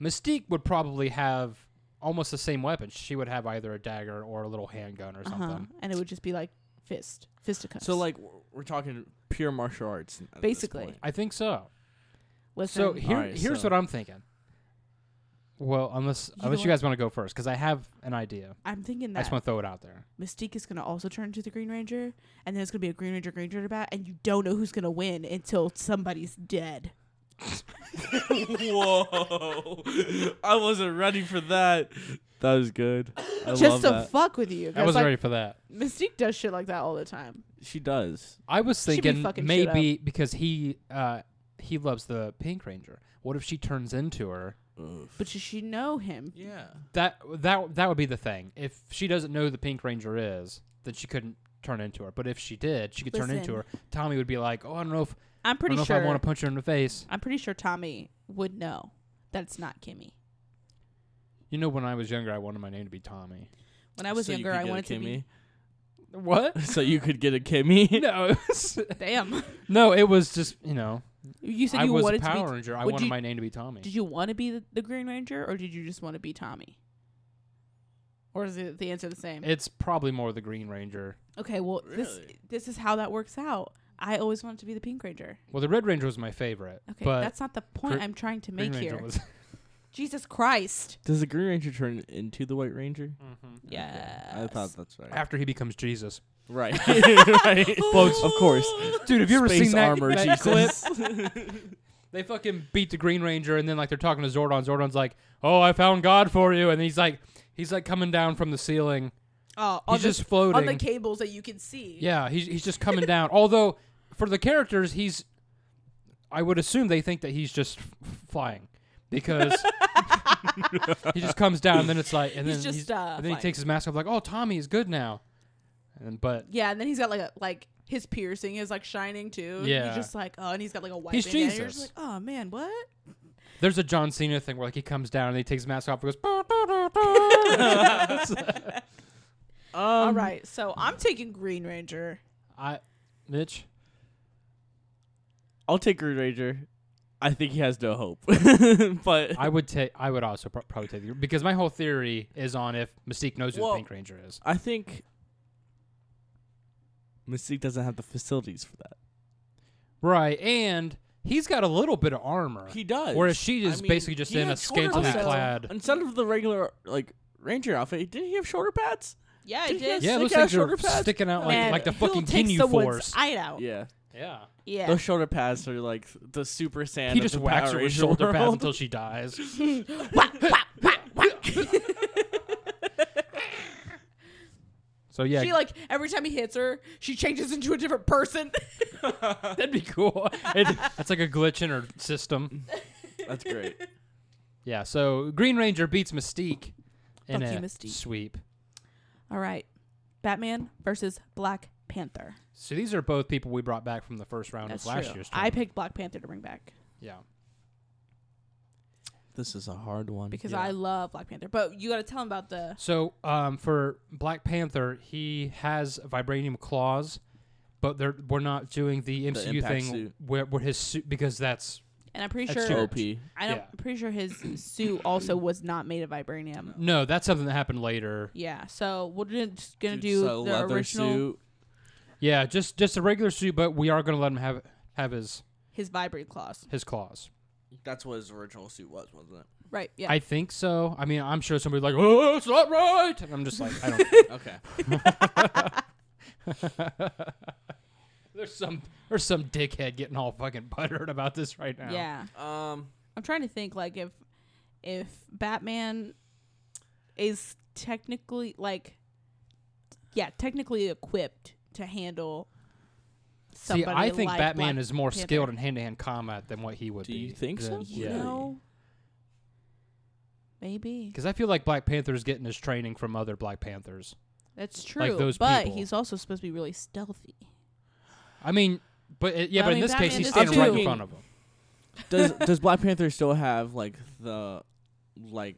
Speaker 2: Mystique would probably have almost the same weapon? She would have either a dagger or a little handgun or something.
Speaker 1: uh-huh. and it would just be like fist, fisticuffs.
Speaker 3: so like we're- we're talking pure martial arts, at this
Speaker 1: Basically.
Speaker 3: point.
Speaker 2: I think so.
Speaker 1: listen,
Speaker 2: So here,
Speaker 3: Alright,
Speaker 2: here's
Speaker 3: so-
Speaker 2: what I'm thinking. Well, unless
Speaker 1: Either
Speaker 2: unless you
Speaker 1: way.
Speaker 2: guys want to go first, because I have an idea.
Speaker 1: I'm thinking
Speaker 2: I
Speaker 1: that
Speaker 2: just want to throw it out there.
Speaker 1: Mystique is gonna also turn into the Green Ranger, and then it's gonna be a Green Ranger Green Ranger bat, and you don't know who's gonna win until somebody's dead.
Speaker 3: Whoa! I wasn't ready for that. That was good. I love
Speaker 1: just to
Speaker 3: that.
Speaker 1: fuck with you.
Speaker 2: I
Speaker 1: 'cause,
Speaker 2: wasn't
Speaker 1: like,
Speaker 2: ready for that.
Speaker 1: Mystique does shit like that all the time.
Speaker 3: she does.
Speaker 2: I was
Speaker 1: She be
Speaker 2: thinking
Speaker 1: fucking shit up.
Speaker 2: maybe because he uh, he loves the Pink Ranger. What if she turns into her?
Speaker 1: But does she know him?
Speaker 3: Yeah.
Speaker 2: That that that would be the thing. If she doesn't know who the Pink Ranger is, then she couldn't turn into her. But if she did, she could turn into
Speaker 1: Listen.
Speaker 2: her. Tommy would be like, "Oh, I don't know if
Speaker 1: I'm
Speaker 2: I
Speaker 1: pretty
Speaker 2: don't know
Speaker 1: sure.
Speaker 2: if I want to punch her in the face."
Speaker 1: I'm pretty sure Tommy would know that it's not Kimmy.
Speaker 2: You know, when I was younger, I wanted my name to be Tommy.
Speaker 1: When I was
Speaker 3: So you
Speaker 1: younger,
Speaker 3: could
Speaker 1: I
Speaker 3: get a
Speaker 1: wanted to be.
Speaker 2: What?
Speaker 3: Kimmy? So you could get a Kimmy.
Speaker 2: no, it was-
Speaker 1: Damn.
Speaker 2: no, it was just you know.
Speaker 1: you said
Speaker 2: I
Speaker 1: you
Speaker 2: was a
Speaker 1: wanted
Speaker 2: Power
Speaker 1: to
Speaker 2: Ranger. I
Speaker 1: would
Speaker 2: wanted
Speaker 1: you-
Speaker 2: my name to be Tommy.
Speaker 1: be. Did you want to be the, the Green Ranger, or did you just want to be Tommy? Or is it the answer the same?
Speaker 2: It's probably more the Green Ranger.
Speaker 1: okay, well this
Speaker 3: Really?
Speaker 1: this is how that works out. I always wanted to be the Pink Ranger.
Speaker 2: Well, the Red Ranger was my favorite.
Speaker 1: Okay,
Speaker 2: but
Speaker 1: that's not the point
Speaker 2: Gr-
Speaker 1: I'm trying to
Speaker 2: Green
Speaker 1: make
Speaker 2: Ranger
Speaker 1: here.
Speaker 2: was.
Speaker 1: Jesus Christ.
Speaker 3: Does the Green Ranger turn into the White Ranger?
Speaker 1: Yes.
Speaker 3: I thought that's right.
Speaker 2: After he becomes Jesus,
Speaker 3: Right. right. Folks, of course.
Speaker 2: dude. Have you ever
Speaker 3: Space
Speaker 2: seen that,
Speaker 3: armor,
Speaker 2: that clip?
Speaker 3: Jesus.
Speaker 2: They fucking beat the Green Ranger, and then like they're talking to Zordon. Zordon's like, "Oh, I found God for you," and he's like, he's like coming down from the ceiling.
Speaker 1: Oh, on
Speaker 2: He's
Speaker 1: the,
Speaker 2: just floating.
Speaker 1: on the cables that you can see.
Speaker 2: yeah, he's he's just coming down. Although for the characters, he's, I would assume they think that he's just f- flying because he just comes down, and then it's like, and
Speaker 1: He's
Speaker 2: then
Speaker 1: just, uh,
Speaker 2: and then he
Speaker 1: flying.
Speaker 2: takes his mask off, like, "Oh, Tommy is good now," and but
Speaker 1: Yeah, and then he's got like a like his piercing is like shining too. Yeah,
Speaker 2: Yeah.
Speaker 1: he's just like oh, and he's got like a white.
Speaker 2: He's
Speaker 1: bandana. You're just
Speaker 2: Jesus.
Speaker 1: like oh man, what?
Speaker 2: There's a John Cena thing where like he comes down and he takes his mask off and goes. Um,
Speaker 1: All
Speaker 3: Um,
Speaker 1: right, so I'm taking Green Ranger.
Speaker 2: I, Mitch,
Speaker 3: I'll take Green Ranger. I think he has no hope. but
Speaker 2: I would take. I would also pro- probably take the, because my whole theory is on if Mystique knows who
Speaker 3: Well-
Speaker 2: the Pink Ranger is.
Speaker 3: I think Mystique doesn't have the facilities for that.
Speaker 2: Right, and he's got a little bit of armor,
Speaker 3: He does.
Speaker 2: whereas she is
Speaker 3: mean,
Speaker 2: basically just
Speaker 3: he
Speaker 2: in a
Speaker 3: had shoulder
Speaker 2: scantily
Speaker 1: pads.
Speaker 2: clad.
Speaker 3: Instead of the regular like Ranger outfit, didn't he have shoulder pads?
Speaker 1: Yeah,
Speaker 3: Did he
Speaker 1: it
Speaker 3: have
Speaker 1: is.
Speaker 2: Yeah, it
Speaker 3: stick
Speaker 2: looks
Speaker 3: out
Speaker 2: like they're
Speaker 3: shoulder pads?
Speaker 2: sticking out like
Speaker 1: Man,
Speaker 2: like the
Speaker 1: Hill
Speaker 2: fucking
Speaker 1: takes
Speaker 2: Ginyu
Speaker 1: someone's
Speaker 2: Force.
Speaker 1: Eye out.
Speaker 3: Yeah.
Speaker 2: Yeah.
Speaker 1: Yeah.
Speaker 3: Those shoulder pads are like the super sand.
Speaker 2: he
Speaker 3: of
Speaker 2: just
Speaker 3: the
Speaker 2: whacks
Speaker 3: Power
Speaker 2: her with
Speaker 3: Ranger
Speaker 2: shoulder pads
Speaker 3: world.
Speaker 2: until she dies.
Speaker 1: Wah, wah, wah, wah.
Speaker 2: So yeah,
Speaker 1: She like every time he hits her, she changes into a different person.
Speaker 2: that'd be cool. It, that's like a glitch in her system.
Speaker 3: That's great.
Speaker 2: Yeah. So Green Ranger beats Mystique in
Speaker 1: Fuck
Speaker 2: a
Speaker 1: you, Mystique.
Speaker 2: sweep.
Speaker 1: All right. Batman versus Black Panther.
Speaker 2: So these are both people we brought back from the first round
Speaker 1: That's
Speaker 2: of last
Speaker 1: true.
Speaker 2: year's.
Speaker 1: I
Speaker 2: Tournament.
Speaker 1: picked Black Panther to bring back
Speaker 2: yeah.
Speaker 3: This is a hard one.
Speaker 1: because
Speaker 2: Yeah.
Speaker 1: I love Black Panther. But you got to tell him about the
Speaker 2: So um, for Black Panther, he has vibranium claws, but they're we're not doing the MCU
Speaker 3: impact
Speaker 2: thing
Speaker 3: suit.
Speaker 2: where, where his suit because that's
Speaker 1: and I'm pretty
Speaker 2: That's
Speaker 1: sure
Speaker 2: true.
Speaker 3: OP.
Speaker 1: I don't,
Speaker 2: Yeah.
Speaker 1: I'm pretty sure his suit also was not made of vibranium.
Speaker 2: no that's something that happened later.
Speaker 1: Yeah, so we're just gonna
Speaker 3: Dude,
Speaker 1: do
Speaker 3: so
Speaker 1: the
Speaker 3: leather
Speaker 1: original
Speaker 3: suit.
Speaker 2: Yeah, just just a regular suit, but we are gonna let him have have his
Speaker 1: his vibrate claws.
Speaker 2: his claws.
Speaker 3: That's what his original suit was, wasn't
Speaker 1: Right. Yeah.
Speaker 2: I think so. I mean, I'm sure somebody's like, "Oh, it's not right," and I'm just like, I don't.
Speaker 3: it? okay.
Speaker 2: there's some there's some dickhead getting all fucking buttered about this right now.
Speaker 1: yeah.
Speaker 3: Um,
Speaker 1: I'm trying to think like if if Batman is technically like yeah, technically equipped to handle
Speaker 2: See,
Speaker 1: somebody
Speaker 2: I think
Speaker 1: like
Speaker 2: Batman
Speaker 1: Black
Speaker 2: is more
Speaker 1: Panther.
Speaker 2: skilled in hand to hand combat than what he would
Speaker 3: Do
Speaker 2: be.
Speaker 3: you think so?
Speaker 1: you
Speaker 2: Yeah.
Speaker 1: know maybe
Speaker 2: Because I feel like Black Panther's getting his training from other Black Panthers.
Speaker 1: that's true
Speaker 2: like those
Speaker 1: but
Speaker 2: people.
Speaker 1: he's also supposed to be really stealthy
Speaker 2: I mean, but it, yeah,
Speaker 1: I
Speaker 2: but in
Speaker 1: mean,
Speaker 2: this case,
Speaker 1: Batman
Speaker 2: he's
Speaker 1: is
Speaker 2: standing right in
Speaker 3: too-
Speaker 2: front of him.
Speaker 3: does does Black Panther still have like the like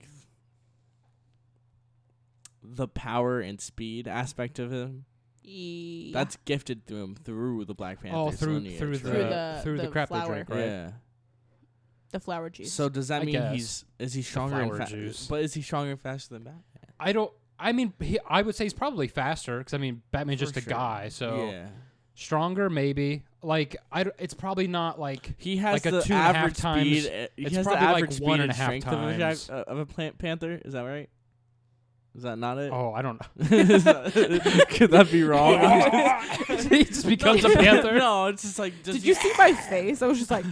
Speaker 3: the power and speed aspect of him?
Speaker 1: yeah.
Speaker 3: That's gifted to him through the Black Panther.
Speaker 2: Oh, through
Speaker 3: lineage,
Speaker 2: through the
Speaker 1: Through
Speaker 3: right?
Speaker 1: the-
Speaker 2: through the,
Speaker 1: the
Speaker 2: crap they
Speaker 1: flower.
Speaker 2: drink, right?
Speaker 3: yeah.
Speaker 1: the flower juice
Speaker 3: So does that
Speaker 2: I
Speaker 3: mean
Speaker 2: guess.
Speaker 3: he's is he stronger and
Speaker 2: flower
Speaker 3: faster?
Speaker 2: juice.
Speaker 3: But is he stronger and faster than Batman?
Speaker 2: I don't. I mean, he, I would say he's probably faster because I mean, Batman's
Speaker 3: For
Speaker 2: just a
Speaker 3: sure.
Speaker 2: guy, so
Speaker 3: yeah,
Speaker 2: stronger maybe. Like I, d- it's probably not like
Speaker 3: he has
Speaker 2: like a
Speaker 3: the
Speaker 2: two and a half
Speaker 3: average
Speaker 2: times-
Speaker 3: speed. uh, He
Speaker 2: it's
Speaker 3: has the
Speaker 2: probably like
Speaker 3: average
Speaker 2: one
Speaker 3: speed
Speaker 2: and a half
Speaker 3: strength of a,
Speaker 2: times.
Speaker 3: jack, uh, of a plant panther. Is that right? Is that not it?
Speaker 2: oh, I don't know.
Speaker 3: Is that- Could that be wrong?
Speaker 2: he just becomes a panther.
Speaker 3: no, it's just like does
Speaker 1: did
Speaker 3: he-
Speaker 1: you see my face i was just like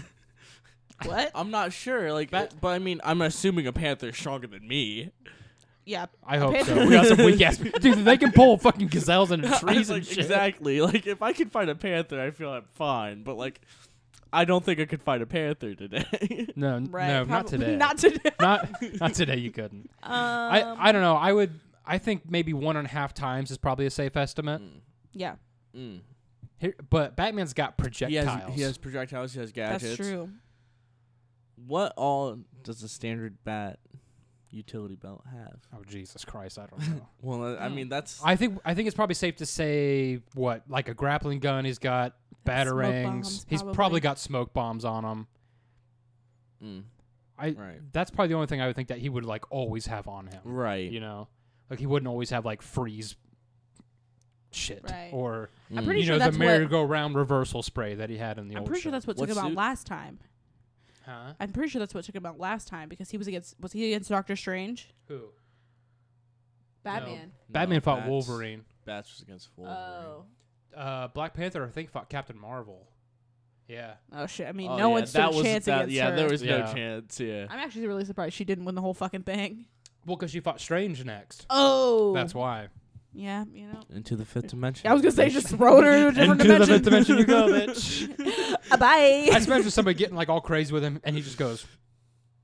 Speaker 1: what
Speaker 3: I'm not sure. Like,
Speaker 2: Bat-
Speaker 3: but I mean, I'm assuming a panther is stronger than me.
Speaker 1: yeah
Speaker 2: I hope
Speaker 1: panther-
Speaker 2: so. We got some weak ass dude. They can pull fucking gazelles into
Speaker 3: I
Speaker 2: trees
Speaker 3: was
Speaker 2: and
Speaker 3: like,
Speaker 2: shit.
Speaker 3: exactly. Like, if I could find a panther, I feel I'm fine. But like, I don't think I could find a panther today.
Speaker 2: No, n-
Speaker 1: right
Speaker 2: no, not
Speaker 1: probably-
Speaker 2: today.
Speaker 1: not today
Speaker 2: not not today. You couldn't.
Speaker 1: um,
Speaker 2: I I don't know. I would. I think maybe one and a half times is probably a safe estimate.
Speaker 1: Um, yeah
Speaker 3: Mm.
Speaker 2: Here, but Batman's got
Speaker 3: He has
Speaker 2: projectiles.
Speaker 3: he has projectiles. He has gadgets.
Speaker 1: that's true
Speaker 3: What all does a standard bat utility belt have?
Speaker 2: oh Jesus Christ! I don't know.
Speaker 3: Well, I I mean, that's
Speaker 2: I think I think it's probably safe to say what like a grappling gun. He's got
Speaker 1: Smoke
Speaker 2: batarangs.
Speaker 1: bombs,
Speaker 2: He's
Speaker 1: probably.
Speaker 2: probably got smoke bombs on him.
Speaker 3: mm,
Speaker 2: I
Speaker 3: right.
Speaker 2: that's probably the only thing I would think that he would like always have on him.
Speaker 3: Right.
Speaker 2: You know, like he wouldn't always have like freeze shit
Speaker 1: Right.
Speaker 2: or
Speaker 1: I'm pretty
Speaker 3: Mm.
Speaker 2: you
Speaker 1: sure
Speaker 2: know
Speaker 1: that's
Speaker 2: the
Speaker 1: what-
Speaker 2: merry-go-round reversal spray that he had in the
Speaker 1: i'm
Speaker 2: old
Speaker 1: pretty
Speaker 2: show.
Speaker 1: sure that's what
Speaker 3: What
Speaker 1: took him out
Speaker 3: suit?
Speaker 1: last time
Speaker 2: huh?
Speaker 1: i'm pretty sure that's what took him out last time because he was against was he against doctor strange
Speaker 2: Who?
Speaker 1: batman
Speaker 2: Batman
Speaker 3: No,
Speaker 2: fought
Speaker 3: bats-
Speaker 2: Wolverine.
Speaker 3: Bats was against Wolverine.
Speaker 1: oh
Speaker 2: Uh, Black Panther, I think, fought Captain Marvel. Yeah.
Speaker 1: oh shit i mean
Speaker 3: Oh,
Speaker 1: no
Speaker 3: yeah,
Speaker 1: one stood
Speaker 3: that
Speaker 1: a
Speaker 3: was-
Speaker 1: chance
Speaker 3: that-
Speaker 1: against
Speaker 3: Yeah,
Speaker 1: her
Speaker 3: there was
Speaker 2: Yeah.
Speaker 3: no chance. Yeah.
Speaker 1: i'm actually really surprised she didn't win the whole fucking thing
Speaker 2: Well, because she fought Strange next.
Speaker 1: oh
Speaker 2: That's why.
Speaker 1: yeah you know
Speaker 3: Into the fifth dimension.
Speaker 1: I was gonna say just throw her into a different
Speaker 2: Into the
Speaker 1: dimension.
Speaker 2: fifth dimension you go, bitch.
Speaker 1: Uh,
Speaker 2: I
Speaker 1: Bye.
Speaker 2: just imagine somebody getting like all crazy with him, and he just goes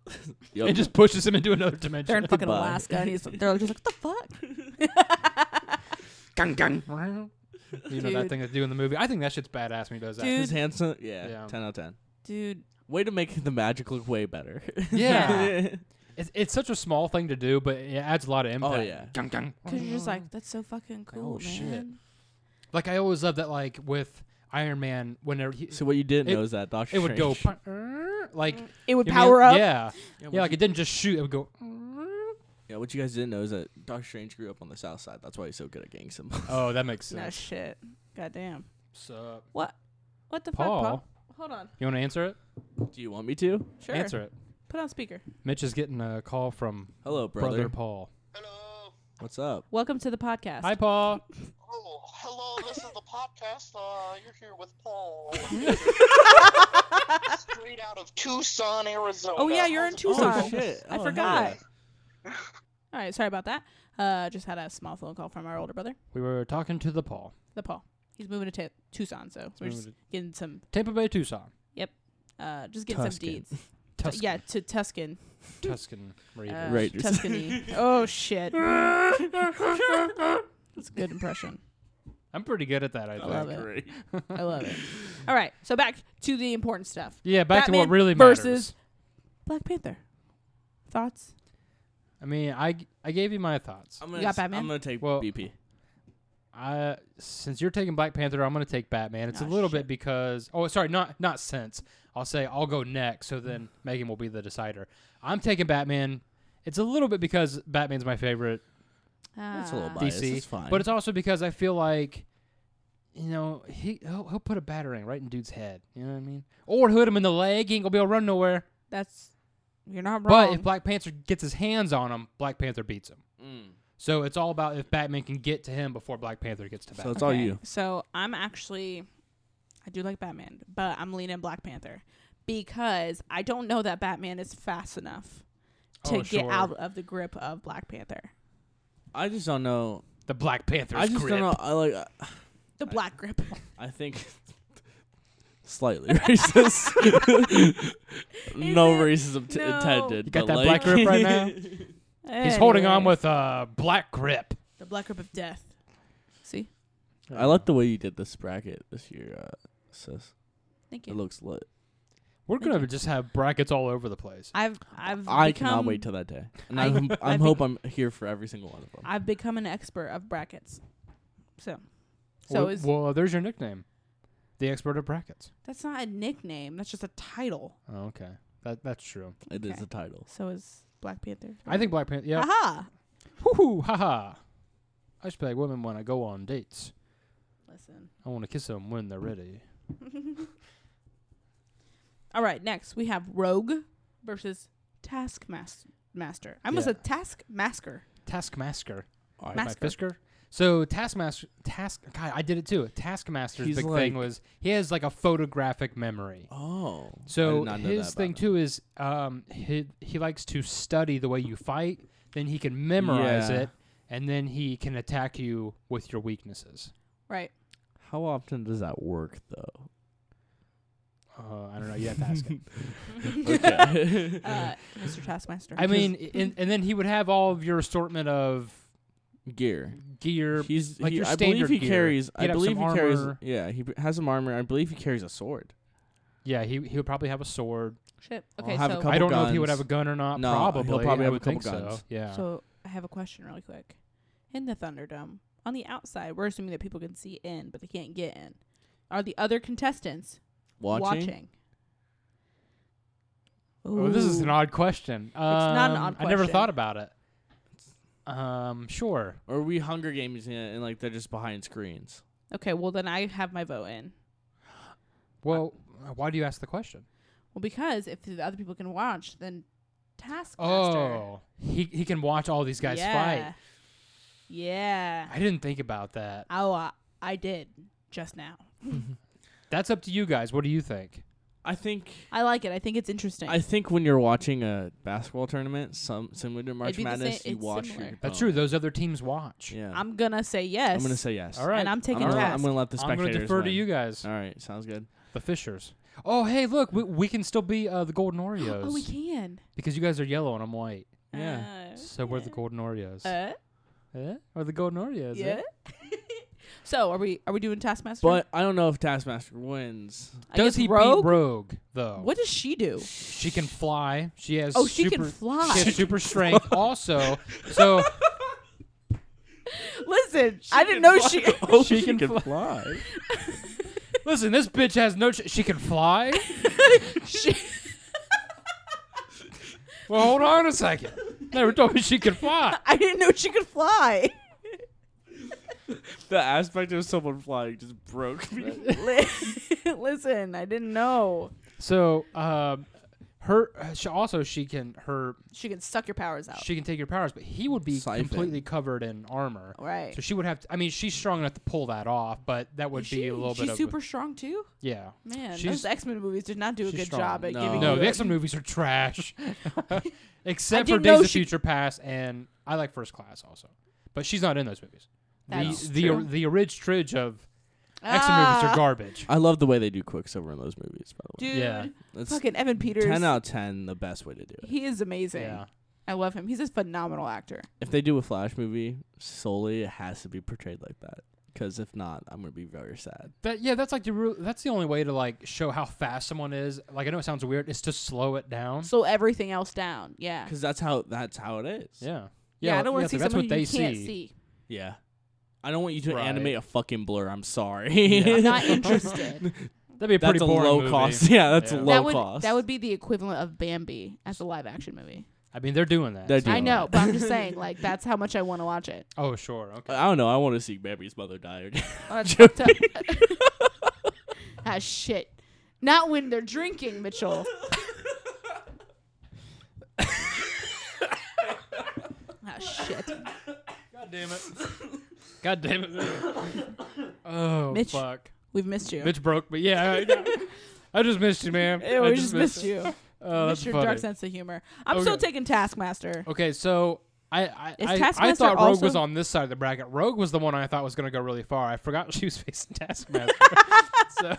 Speaker 3: Yup.
Speaker 2: and just pushes him into another
Speaker 1: They're
Speaker 2: dimension.
Speaker 1: in fucking
Speaker 3: Bye.
Speaker 1: Alaska, and he's, they're just like, "What the fuck?"
Speaker 2: you know that
Speaker 1: Dude.
Speaker 2: thing they do in the movie. I think that shit's badass when he does that.
Speaker 1: Dude.
Speaker 3: His handsome. Yeah,
Speaker 2: Yeah.
Speaker 3: Ten out of ten.
Speaker 1: Dude,
Speaker 3: Way to make the magic look way better.
Speaker 2: Yeah. It's, it's such a small thing to do, but it adds a lot of impact.
Speaker 3: oh yeah.
Speaker 2: Gung, gung.
Speaker 1: because you're just like, "That's so fucking cool,
Speaker 2: oh, shit.
Speaker 1: man."
Speaker 2: Like I always love that. Like with Iron Man, whenever he,
Speaker 3: So what you didn't
Speaker 2: It-
Speaker 3: know is that Doctor
Speaker 2: it would go
Speaker 3: Strange-
Speaker 2: like
Speaker 1: It would
Speaker 2: you mean-
Speaker 1: power up.
Speaker 2: Yeah.
Speaker 3: Yeah,
Speaker 2: Yeah,
Speaker 3: what
Speaker 2: like
Speaker 3: you-
Speaker 2: it didn't just shoot. It would go.
Speaker 3: yeah, what you guys didn't know is that Doctor Strange grew up on the South Side. That's why he's so good at gang symbols.
Speaker 2: Oh, that makes
Speaker 1: No
Speaker 2: sense.
Speaker 1: shit. Goddamn.
Speaker 2: So,
Speaker 1: What? What the
Speaker 2: Paul,
Speaker 1: fuck, Paul? Hold on.
Speaker 2: you want to answer it?
Speaker 3: Do you want me to?
Speaker 1: Sure.
Speaker 2: Answer it.
Speaker 1: Put on speaker.
Speaker 2: Mitch is getting a call from
Speaker 3: Hello,
Speaker 2: brother,
Speaker 3: brother.
Speaker 2: Paul.
Speaker 4: Hello.
Speaker 3: What's up?
Speaker 1: Welcome to the podcast.
Speaker 2: Hi, Paul.
Speaker 4: Oh, hello, this is the podcast. Uh, you're here with Paul. Straight out of Tucson, Arizona.
Speaker 1: Oh, yeah, you're in
Speaker 4: How's it
Speaker 1: Tucson.
Speaker 3: Oh, shit.
Speaker 1: I
Speaker 3: Oh, hell
Speaker 1: forgot.
Speaker 3: yeah.
Speaker 1: All right, sorry about that. Uh, just had a small phone call from our older brother,
Speaker 2: We were talking to the Paul.
Speaker 1: the Paul. He's moving to t- Tucson, so we're just
Speaker 2: moving
Speaker 1: getting some,
Speaker 2: Tampa Bay, Tucson.
Speaker 1: uh, just getting some
Speaker 3: Tuscan.
Speaker 1: deeds.
Speaker 2: Tuscan.
Speaker 1: Yeah, to Tuscan.
Speaker 2: Tuscan Raiders.
Speaker 1: Uh,
Speaker 3: Raiders.
Speaker 1: Tuscany. oh shit. That's a good impression.
Speaker 2: I'm pretty good at that, I
Speaker 1: I
Speaker 2: think.
Speaker 1: love it.
Speaker 3: Great.
Speaker 1: I love it. All right, so back to the important stuff.
Speaker 2: Yeah, back to
Speaker 1: Batman
Speaker 2: what really
Speaker 1: versus-
Speaker 2: matters.
Speaker 1: Black Panther. Thoughts?
Speaker 2: I mean, I I gave you my thoughts.
Speaker 3: I'm gonna,
Speaker 1: got
Speaker 3: s-
Speaker 1: Batman?
Speaker 3: I'm gonna take
Speaker 2: Well,
Speaker 3: BP.
Speaker 2: I since you're taking Black Panther, I'm gonna take Batman. It's
Speaker 1: Ah,
Speaker 2: a little
Speaker 1: shit.
Speaker 2: bit because oh, sorry, not not since. I'll say I'll go next, so then Megan will be the decider. I'm taking Batman. It's a little bit because Batman's my favorite
Speaker 3: That's a little
Speaker 1: Ah.
Speaker 3: biased.
Speaker 2: DC,
Speaker 3: It's fine.
Speaker 2: but it's also because I feel like, you know, he he'll, he'll put a battering right in dude's head. You know what I mean? Or hit him in the leg. He ain't gonna be able to run nowhere.
Speaker 1: That's you're not wrong.
Speaker 2: But if Black Panther gets his hands on him, Black Panther beats him.
Speaker 3: Mm.
Speaker 2: So it's all about if Batman can get to him before Black Panther gets to
Speaker 3: So
Speaker 2: Batman.
Speaker 3: it's all you.
Speaker 1: So I'm actually, I do like Batman, but I'm leaning Black Panther because I don't know that Batman is fast enough to
Speaker 2: Oh,
Speaker 1: get
Speaker 2: sure.
Speaker 1: out of the grip of Black Panther.
Speaker 3: I just don't know.
Speaker 2: the Black Panther's
Speaker 3: I just
Speaker 2: grip.
Speaker 3: don't know. I like. I-
Speaker 1: The black grip.
Speaker 3: I think slightly racist. no
Speaker 1: Is it?
Speaker 3: racism t-
Speaker 1: No.
Speaker 3: intended.
Speaker 2: You got
Speaker 3: but
Speaker 2: that
Speaker 3: like,
Speaker 2: black grip right now? He's holding on
Speaker 1: Anyway,
Speaker 2: with a uh, black grip.
Speaker 1: the black grip of death. See,
Speaker 3: I like the way you did this bracket this year, uh, sis.
Speaker 1: thank
Speaker 3: It
Speaker 1: you.
Speaker 3: looks lit.
Speaker 2: We're
Speaker 1: Thank
Speaker 2: gonna just have brackets all over the place.
Speaker 1: I've I've
Speaker 3: I
Speaker 1: become,
Speaker 3: cannot wait till that day, and
Speaker 1: I-
Speaker 3: I,
Speaker 1: I
Speaker 3: am I'm
Speaker 1: think-
Speaker 3: hope I'm here for every single one of them.
Speaker 1: I've become an expert of brackets. So, so
Speaker 2: well,
Speaker 1: is
Speaker 2: well, there's your nickname, the expert of brackets.
Speaker 1: that's not a nickname. That's just a title.
Speaker 2: Oh, okay, that that's true.
Speaker 3: It is
Speaker 1: Okay.
Speaker 3: a title.
Speaker 1: So is Black Panther.
Speaker 2: I think Black Panther. Yeah.
Speaker 1: Aha!
Speaker 2: Woohoo! Haha. I just like women when I go on dates.
Speaker 1: Listen.
Speaker 2: I want to kiss them when they're ready.
Speaker 1: All right, next we have Rogue versus Taskmaster. Master. I almost
Speaker 2: Yeah.
Speaker 1: said Taskmaster.
Speaker 2: Taskmaster.
Speaker 3: Alright,
Speaker 1: Mas-
Speaker 2: My
Speaker 1: Masker.
Speaker 2: Fisker. So Taskmaster, Task. God, I did it too. Taskmaster's
Speaker 3: He's
Speaker 2: big
Speaker 3: like-
Speaker 2: thing was he has like a photographic memory.
Speaker 3: oh, I did
Speaker 2: So
Speaker 3: not know that
Speaker 2: his
Speaker 3: about
Speaker 2: thing
Speaker 3: him.
Speaker 2: too is um, he he likes to study the way you fight. Then he can memorize
Speaker 3: Yeah.
Speaker 2: it, and then he can attack you with your weaknesses.
Speaker 1: Right.
Speaker 3: How often does that work though?
Speaker 2: Uh, I don't know. You have to ask him.
Speaker 3: Okay.
Speaker 1: Uh, Mr. Taskmaster.
Speaker 2: I mean, i- and, and then he would have all of your assortment of
Speaker 3: Gear.
Speaker 2: gear.
Speaker 3: He's
Speaker 2: like
Speaker 3: he,
Speaker 2: your
Speaker 3: I believe
Speaker 2: standard
Speaker 3: he
Speaker 2: gear.
Speaker 3: carries. I
Speaker 2: He'd have
Speaker 3: believe he
Speaker 2: some
Speaker 3: carries.
Speaker 2: armor.
Speaker 3: Yeah, he b- has some armor. I believe he carries a sword.
Speaker 2: Yeah, he he would probably have a sword.
Speaker 1: shit.
Speaker 3: I'll
Speaker 1: Okay,
Speaker 3: have a
Speaker 1: so
Speaker 3: couple-
Speaker 2: I don't know if he would have a
Speaker 3: guns.
Speaker 2: gun or not.
Speaker 3: No, he'll
Speaker 2: probably.
Speaker 3: probably
Speaker 2: I
Speaker 3: have a
Speaker 2: would
Speaker 3: couple
Speaker 2: think
Speaker 3: guns.
Speaker 2: So. Yeah.
Speaker 1: so I have a question really quick. In the Thunderdome, on the outside, we're assuming that people can see in, but they can't get in. Are the other contestants
Speaker 3: Watching.
Speaker 1: watching?
Speaker 2: Oh, this is an
Speaker 1: Ooh.
Speaker 2: odd question. Um,
Speaker 1: not an odd
Speaker 2: I never
Speaker 1: question.
Speaker 2: thought about it. Um, sure.
Speaker 3: Or are we Hunger Games and, and like they're just behind screens?
Speaker 1: Okay, well then I have my vote in.
Speaker 2: Well, uh, why do you ask the question?
Speaker 1: Well, because if the other people can watch, then Taskmaster.
Speaker 2: Oh, he he can watch all these guys
Speaker 1: yeah.
Speaker 2: fight.
Speaker 1: Yeah.
Speaker 2: I didn't think about that.
Speaker 1: Oh, uh, I did just now.
Speaker 2: That's up to you guys. What do you think?
Speaker 3: I think.
Speaker 1: I like it. I think it's interesting.
Speaker 3: I think when you're watching a basketball tournament, some similar to March
Speaker 1: be the same-
Speaker 3: Madness, you
Speaker 1: it's
Speaker 3: watch.
Speaker 1: similar.
Speaker 3: Your
Speaker 2: That's
Speaker 3: opponent.
Speaker 2: true. Those other teams watch.
Speaker 3: Oh. Yeah. I'm,
Speaker 1: I'm gonna say yes.
Speaker 3: gonna say yes.
Speaker 2: All right.
Speaker 1: And I'm
Speaker 3: I'm
Speaker 1: taking
Speaker 3: gonna,
Speaker 1: task.
Speaker 3: I'm gonna let the
Speaker 2: I'm
Speaker 3: spectators.
Speaker 2: going to defer to
Speaker 3: win.
Speaker 2: you guys,
Speaker 3: All right, sounds good.
Speaker 2: the Fishers. Oh, hey, look, we, we can still be uh, the Golden Oreos
Speaker 1: oh, we can.
Speaker 2: because you guys are yellow and I'm white.
Speaker 3: Yeah.
Speaker 1: Uh,
Speaker 2: So we're the Golden Oreos.
Speaker 1: Uh,
Speaker 2: eh? Or the Golden Oreos. eh?
Speaker 1: yeah. so are we? Are we doing Taskmaster?
Speaker 3: But I don't know if Taskmaster wins.
Speaker 1: I
Speaker 2: Does
Speaker 1: guess
Speaker 2: he
Speaker 1: Rogue?
Speaker 2: beat Rogue though?
Speaker 1: What does she do?
Speaker 2: She can fly. She has.
Speaker 1: Oh, she can
Speaker 2: super-
Speaker 1: fly.
Speaker 2: She has super strength. also, so
Speaker 1: Listen, I didn't know she.
Speaker 3: Oh,
Speaker 2: she can fly. Listen, this bitch has no. Ch- she can fly.
Speaker 1: she
Speaker 2: Well, hold on a second. Never told me she could fly.
Speaker 1: I didn't know she could fly.
Speaker 3: The aspect of someone flying just broke me.
Speaker 1: Li- Listen, I didn't know.
Speaker 2: So, um, Her she also she can her
Speaker 1: She can suck your powers out.
Speaker 2: she can take your powers, but he would be
Speaker 3: Siphon.
Speaker 2: completely covered in armor.
Speaker 1: right.
Speaker 2: So she would have. To, I mean, she's strong enough to pull that off, but that would
Speaker 1: Is
Speaker 2: be
Speaker 1: she-
Speaker 2: a little
Speaker 1: she's
Speaker 2: bit of
Speaker 1: super strong too.
Speaker 2: yeah.
Speaker 1: Man,
Speaker 2: She's-
Speaker 1: those X Men movies did not do a
Speaker 2: she's
Speaker 1: good
Speaker 2: strong.
Speaker 1: job at
Speaker 3: No.
Speaker 1: giving.
Speaker 2: No,
Speaker 1: you
Speaker 2: the
Speaker 1: a-
Speaker 2: X Men movies are trash, except for
Speaker 1: didn't know
Speaker 2: Days of
Speaker 1: she-
Speaker 2: Future Past, and I like First Class also, but she's not in those movies.
Speaker 1: That's
Speaker 2: the the
Speaker 1: true.
Speaker 2: the orig tridge of X Men movies
Speaker 1: Ah,
Speaker 2: are garbage.
Speaker 3: I love the way they do Quicksilver in those movies. By the way,
Speaker 1: Dude,
Speaker 2: Yeah.
Speaker 3: That's
Speaker 1: fucking Evan Peters.
Speaker 3: ten out of ten. The best way to do it.
Speaker 1: He is amazing.
Speaker 2: Yeah,
Speaker 1: I love him. He's a phenomenal actor.
Speaker 3: If they do a Flash movie solely, it has to be portrayed like that. Because if not, I'm gonna be very sad.
Speaker 2: that yeah, that's like the real, that's the only way to like show how fast someone is. Like I know it sounds weird, is to slow it down.
Speaker 1: Slow everything else down. Yeah.
Speaker 3: Because that's how that's how it is.
Speaker 2: Yeah,
Speaker 1: Yeah, I don't want
Speaker 2: yeah,
Speaker 1: to see
Speaker 2: that's
Speaker 1: someone
Speaker 2: what they
Speaker 1: you can't
Speaker 2: see.
Speaker 1: see.
Speaker 3: Yeah. I don't want you to
Speaker 2: Right.
Speaker 3: animate a fucking blur. I'm sorry.
Speaker 2: Yeah.
Speaker 1: I'm not interested.
Speaker 2: That'd be a pretty
Speaker 3: that's a
Speaker 2: boring
Speaker 3: low
Speaker 2: movie.
Speaker 3: cost. Yeah, that's
Speaker 2: Yeah.
Speaker 3: a
Speaker 2: That
Speaker 3: low
Speaker 1: that would
Speaker 3: cost.
Speaker 1: that would be the equivalent of Bambi as a live action movie.
Speaker 2: I mean, they're doing that.
Speaker 3: They're
Speaker 2: so-
Speaker 3: doing
Speaker 1: I know, but I'm just saying, like that's how much I want to watch it.
Speaker 2: Oh sure, okay.
Speaker 3: I don't know. I want to see Baby's mother die again.
Speaker 1: Oh, that's fucked up. ah, shit. Not when they're drinking, Mitchell. ah, shit.
Speaker 2: God damn it. God damn it. oh
Speaker 1: Mitch.
Speaker 2: fuck.
Speaker 1: We've missed you.
Speaker 2: Mitch broke, but yeah, I, I just missed you, man.
Speaker 1: Ew,
Speaker 2: I
Speaker 1: we just missed you.
Speaker 2: Oh, that's
Speaker 1: missed your dark
Speaker 2: funny.
Speaker 1: sense of humor. I'm
Speaker 2: Okay.
Speaker 1: still taking Taskmaster.
Speaker 2: Okay, so I I,
Speaker 1: Is
Speaker 2: I, I
Speaker 1: Taskmaster
Speaker 2: thought Rogue was
Speaker 1: also-
Speaker 2: on this side of the bracket. Rogue was the one I thought was gonna go really far. I forgot she was facing Taskmaster. so,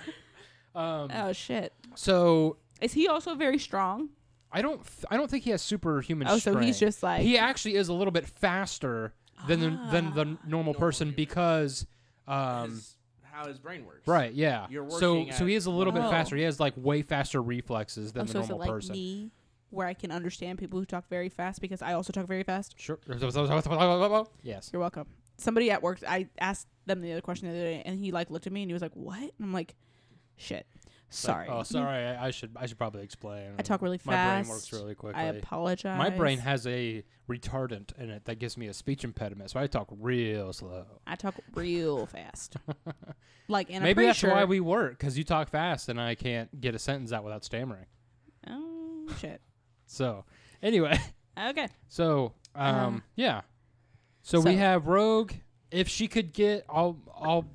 Speaker 2: um,
Speaker 1: Oh shit.
Speaker 2: so
Speaker 1: Is he also very strong?
Speaker 2: I don't th- I don't think he has superhuman
Speaker 1: Oh,
Speaker 2: strength.
Speaker 1: so he's just like
Speaker 2: he actually is a little bit faster than the, than the
Speaker 1: Ah.
Speaker 2: normal, person
Speaker 3: human.
Speaker 2: because um
Speaker 3: how his brain works.
Speaker 2: Right. Yeah.
Speaker 3: You're
Speaker 2: so
Speaker 3: working
Speaker 2: so
Speaker 3: at-
Speaker 2: he is a little bit
Speaker 1: Oh.
Speaker 2: faster. He has like way faster reflexes than
Speaker 1: I'm
Speaker 2: the
Speaker 1: oh, so
Speaker 2: normal
Speaker 1: like
Speaker 2: person.
Speaker 1: me where I can understand people who talk very fast because I also talk very fast.
Speaker 2: Sure. Yes.
Speaker 1: You're welcome. Somebody at work, I asked them the other question the other day, and he like looked at me and he was like, "What?" And I'm like, "Shit, sorry."
Speaker 2: oh, sorry. I, I should I should probably explain.
Speaker 1: I talk really
Speaker 2: My
Speaker 1: fast.
Speaker 2: brain works really quickly.
Speaker 1: I apologize.
Speaker 2: My brain has a retardant in it that gives me a speech impediment, so I talk real slow.
Speaker 1: I talk real fast. Like, and I'm
Speaker 2: Maybe
Speaker 1: pretty
Speaker 2: that's
Speaker 1: sure.
Speaker 2: why we work, because you talk fast and I can't get a sentence out without stammering.
Speaker 1: Oh shit.
Speaker 2: So anyway,
Speaker 1: Okay.
Speaker 2: so um
Speaker 1: Uh,
Speaker 2: yeah, so, we
Speaker 1: so-
Speaker 2: have Rogue. If she could get, I'll I'll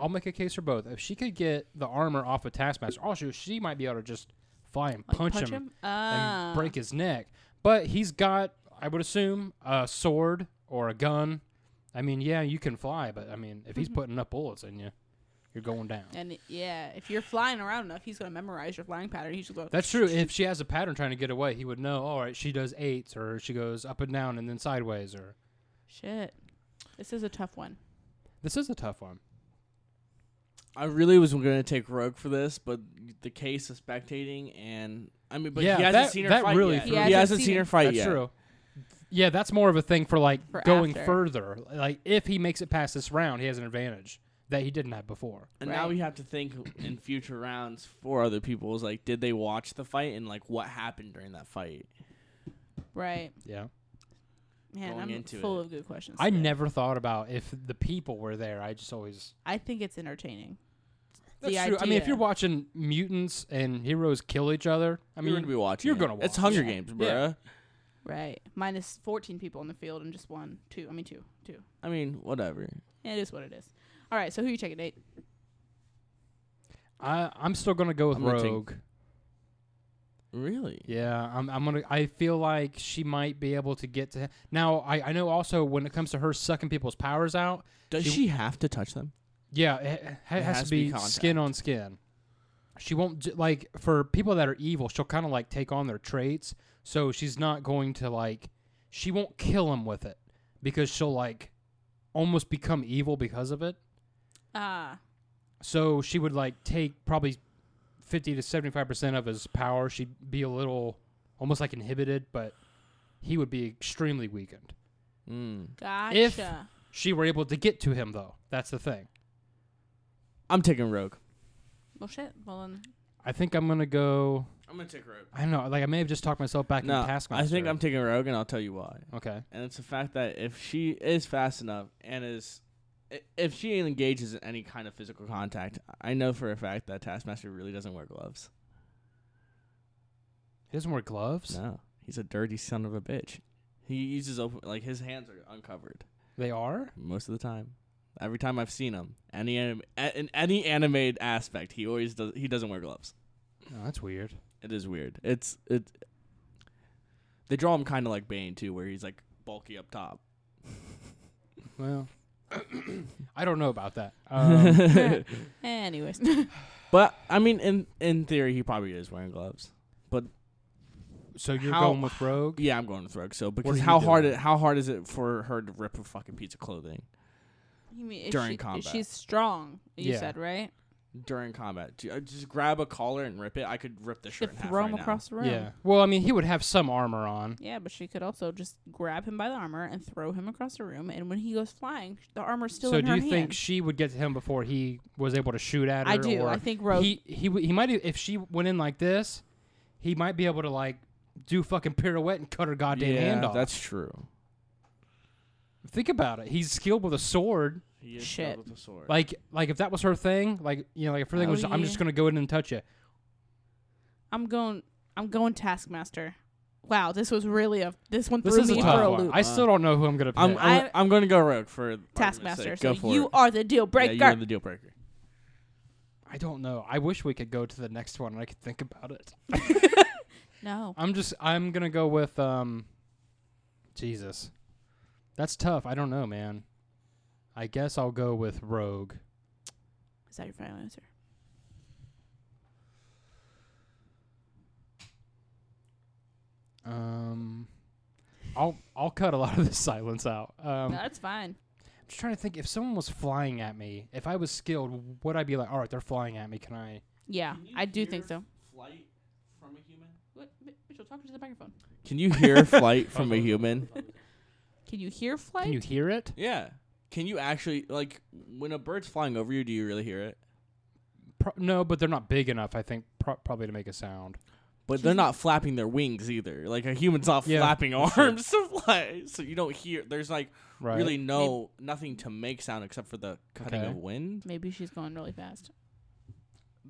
Speaker 2: I'll make a case for both. If she could get the armor off of Taskmaster, also she might be able to just fly and
Speaker 1: Like,
Speaker 2: punch,
Speaker 1: punch
Speaker 2: him,
Speaker 1: him.
Speaker 2: and
Speaker 1: Ah.
Speaker 2: break his neck. But he's got, I would assume, a sword or a gun. I mean, yeah, you can fly, but I mean, if he's putting up bullets in you, you're going down.
Speaker 1: And Mm-hmm. yeah, if you're flying around enough, he's gonna memorize your flying pattern. He's just go.
Speaker 2: That's true. If she has a pattern trying to get away, he would know. All right, she does eights, or she goes up and down and then sideways, or
Speaker 1: Shit. This is a tough one.
Speaker 2: this is a tough one.
Speaker 3: I really was gonna take Rogue for this, but the case of spectating and I mean, but
Speaker 2: Yeah,
Speaker 3: he hasn't
Speaker 2: that-
Speaker 3: seen her
Speaker 2: that
Speaker 3: fight
Speaker 2: really
Speaker 3: yet.
Speaker 2: threw
Speaker 1: me.
Speaker 3: he hasn't
Speaker 1: Yeah,
Speaker 3: seen her fight
Speaker 2: That's
Speaker 3: yet.
Speaker 2: true. Yeah, that's more of a thing for like
Speaker 1: For
Speaker 2: going
Speaker 1: after.
Speaker 2: further. Like if he makes it past this round, he has an advantage that he didn't have before.
Speaker 3: And now
Speaker 1: Right.
Speaker 3: we have to think in future rounds for other people is like, did they watch the fight and like what happened during that fight?
Speaker 1: Right.
Speaker 2: Yeah.
Speaker 1: Man,
Speaker 3: Going
Speaker 1: I'm
Speaker 3: into
Speaker 1: full
Speaker 3: it.
Speaker 1: of good questions.
Speaker 2: I
Speaker 1: today.
Speaker 2: never thought about if the people were there. I just always
Speaker 1: I think it's entertaining.
Speaker 2: That's
Speaker 1: the
Speaker 2: true. I mean, if
Speaker 1: idea.
Speaker 2: you're watching mutants and heroes kill each other, I mean,
Speaker 3: you're gonna be watching.
Speaker 2: you're
Speaker 3: it.
Speaker 2: gonna watch
Speaker 3: It's Hunger
Speaker 1: it.
Speaker 3: Games,
Speaker 2: Yeah.
Speaker 3: bruh.
Speaker 1: Right. Minus 14 people in the field and just one, two. I mean, two, two.
Speaker 3: I mean, whatever.
Speaker 1: It is what it is. All right. So who you taking, Nate?
Speaker 2: I, I'm still gonna go with
Speaker 3: I'm gonna take-
Speaker 2: Rogue.
Speaker 3: Really?
Speaker 2: Yeah, I'm, I'm gonna. I feel like she might be able to get to. Him. Now, I, I know also when it comes to her sucking people's powers out.
Speaker 3: Does
Speaker 2: She-
Speaker 3: she have to touch them?
Speaker 2: Yeah, it, it has,
Speaker 3: has
Speaker 2: to
Speaker 3: to be
Speaker 2: be skin on skin. She won't j- like for people that are evil. She'll kind of like take on their traits, so she's not going to like. She won't kill them with it because she'll like almost become evil because of it.
Speaker 1: Ah.
Speaker 2: So she would like take probably fifty to seventy five percent of his power. She'd be a little almost like inhibited, but he would be extremely weakened.
Speaker 3: Mm.
Speaker 1: gotcha.
Speaker 2: She were able to get to him though. That's the thing.
Speaker 3: I'm taking Rogue.
Speaker 1: well, shit. Well, then.
Speaker 2: I think I'm gonna go.
Speaker 3: I'm gonna take Rogue.
Speaker 2: I don't know. Like I may have just talked myself back
Speaker 3: No,
Speaker 2: into Taskmaster.
Speaker 3: I think I'm taking Rogue, and I'll tell you why.
Speaker 2: okay.
Speaker 3: And it's the fact that if she is fast enough and is, i- if she engages in any kind of physical contact, I know for a fact that Taskmaster really doesn't wear gloves.
Speaker 2: He doesn't wear gloves.
Speaker 3: No, he's a dirty son of a bitch. He uses open like his hands are uncovered
Speaker 2: They are.
Speaker 3: most of the time. Every time I've seen him, any anim- a- in any animated aspect, he always does. He doesn't wear gloves.
Speaker 2: No, Oh, that's weird.
Speaker 3: It is weird. It's it. They draw him kind of like Bane too, where he's like bulky up top.
Speaker 2: Well, I don't know about that. Um,
Speaker 5: Anyways,
Speaker 3: But I mean, in in theory, he probably is wearing gloves.
Speaker 2: so you're
Speaker 3: How-
Speaker 2: going with Rogue?
Speaker 3: Yeah, I'm going with Rogue. So
Speaker 2: are
Speaker 3: because
Speaker 2: you
Speaker 3: how hard
Speaker 2: doing?
Speaker 3: it, how hard is it for her to rip a fucking piece of clothing
Speaker 5: you mean, if
Speaker 3: During
Speaker 5: she- if
Speaker 3: combat.
Speaker 5: she's strong. You
Speaker 2: Yeah.
Speaker 5: said right.
Speaker 3: during combat? Do I just grab a collar and rip it. I could rip the
Speaker 5: She
Speaker 3: shirt.
Speaker 5: could
Speaker 3: in half
Speaker 5: throw
Speaker 3: right
Speaker 5: him
Speaker 3: now.
Speaker 5: across the room.
Speaker 2: Yeah. Well, I mean, he would have some armor on.
Speaker 5: Yeah, but she could also just grab him by the armor and throw him across the room. And when he goes flying, sh- the armor's still
Speaker 2: so
Speaker 5: in
Speaker 2: do
Speaker 5: her
Speaker 2: you
Speaker 5: hand.
Speaker 2: think she would get to him before he was able to shoot at her?
Speaker 5: I do.
Speaker 2: Or
Speaker 5: I think Rogue.
Speaker 2: he he w- he might e, if she went in like this, he might be able to like do fucking pirouette and cut her goddamn
Speaker 3: yeah,
Speaker 2: hand off.
Speaker 3: that's true.
Speaker 2: Think about it. He's skilled with a sword.
Speaker 3: He
Speaker 5: is Shit.
Speaker 3: with a sword.
Speaker 2: Like like if that was her thing, like you know, like if her thing
Speaker 5: Oh,
Speaker 2: was I'm
Speaker 5: yeah.
Speaker 2: just gonna go in and touch you.
Speaker 5: I'm going. I'm going Taskmaster. Wow, this was really a this one
Speaker 2: This
Speaker 5: threw
Speaker 2: is a
Speaker 5: me for
Speaker 2: tough
Speaker 5: a
Speaker 2: one.
Speaker 5: loop.
Speaker 2: I still don't know who I'm gonna pick.
Speaker 3: I'm I'm,
Speaker 5: I-
Speaker 3: I'm going to go Rogue for argument's
Speaker 5: Taskmaster.
Speaker 3: sake.
Speaker 5: So
Speaker 3: Go for
Speaker 5: you
Speaker 3: it.
Speaker 5: are the deal breaker.
Speaker 3: Yeah, you're the deal breaker.
Speaker 2: I don't know. I wish we could go to the next one and I could think about it.
Speaker 5: no,
Speaker 2: I'm just I'm gonna go with um Jesus. That's tough. I don't know, man. I guess I'll go with Rogue.
Speaker 5: is that your final answer?
Speaker 2: Um I'll I'll cut a lot of this silence out. Um
Speaker 5: no, that's fine.
Speaker 2: I'm just trying to think if someone was flying at me, if I was skilled, would I be like, all right, they're flying at me, can I
Speaker 5: Yeah,
Speaker 3: Can you
Speaker 5: I do
Speaker 3: hear
Speaker 5: think so.
Speaker 3: Flight from a human.
Speaker 5: What, Mitchell, talk to the microphone.
Speaker 3: Can you hear flight from a human?
Speaker 5: Can you hear flight?
Speaker 2: can you hear it?
Speaker 3: Yeah. Can you actually like when a bird's flying over you? Do you really hear it?
Speaker 2: Pro- no, but they're not big enough, I think, pro- probably to make a sound.
Speaker 3: But they're not flapping their wings either. Like a human's not
Speaker 2: Yeah,
Speaker 3: flapping arms to fly, so you don't hear. There's like
Speaker 2: Right.
Speaker 3: really no nothing to make sound except for the cutting
Speaker 2: Okay.
Speaker 3: of wind.
Speaker 5: Maybe she's going really fast.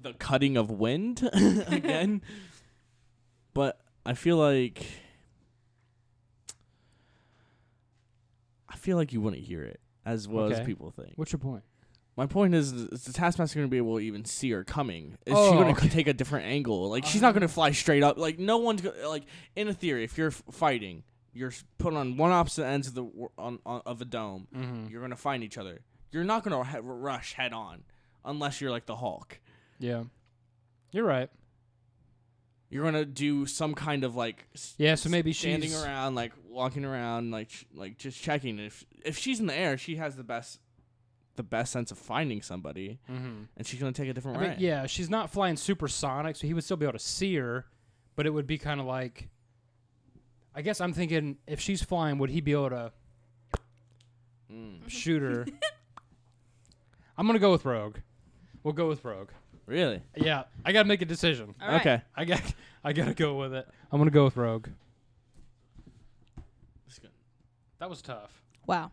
Speaker 3: The cutting of wind again. but I feel like I feel like you wouldn't hear it as well as
Speaker 2: Okay.
Speaker 3: people think.
Speaker 2: What's your point?
Speaker 3: My point is, is the taskmaster going to be able to even see her coming? Is
Speaker 2: Oh,
Speaker 3: she going to
Speaker 2: okay. Um,
Speaker 3: take a different angle? Like she's not going to fly straight up. Like no one's go- like in a theory, if you're f- fighting, you're s- put on one opposite ends of the wor- on, on of a dome.
Speaker 2: Mm-hmm.
Speaker 3: You're going to find each other. You're not going to ha- rush head on unless you're like the Hulk.
Speaker 2: Yeah. You're right.
Speaker 3: You're going to do some kind of like s-
Speaker 2: Yeah, so maybe
Speaker 3: standing
Speaker 2: she's-
Speaker 3: around, like walking around, like sh- like just checking if if she's in the air, she has the best the best sense of finding somebody,
Speaker 2: Mm-hmm.
Speaker 3: and she's going to take a different
Speaker 2: I mean,
Speaker 3: route.
Speaker 2: yeah, she's not flying supersonic, so he would still be able to see her, but it would be kind of like. I guess I'm thinking if she's flying, would he be able to
Speaker 3: Mm.
Speaker 2: shoot her? I'm gonna go with Rogue. We'll go with Rogue.
Speaker 3: Really?
Speaker 2: Yeah, I gotta make a decision.
Speaker 5: All right.
Speaker 3: Okay.
Speaker 2: I got, I gotta go with it. I'm gonna go with Rogue. That was tough.
Speaker 5: Wow.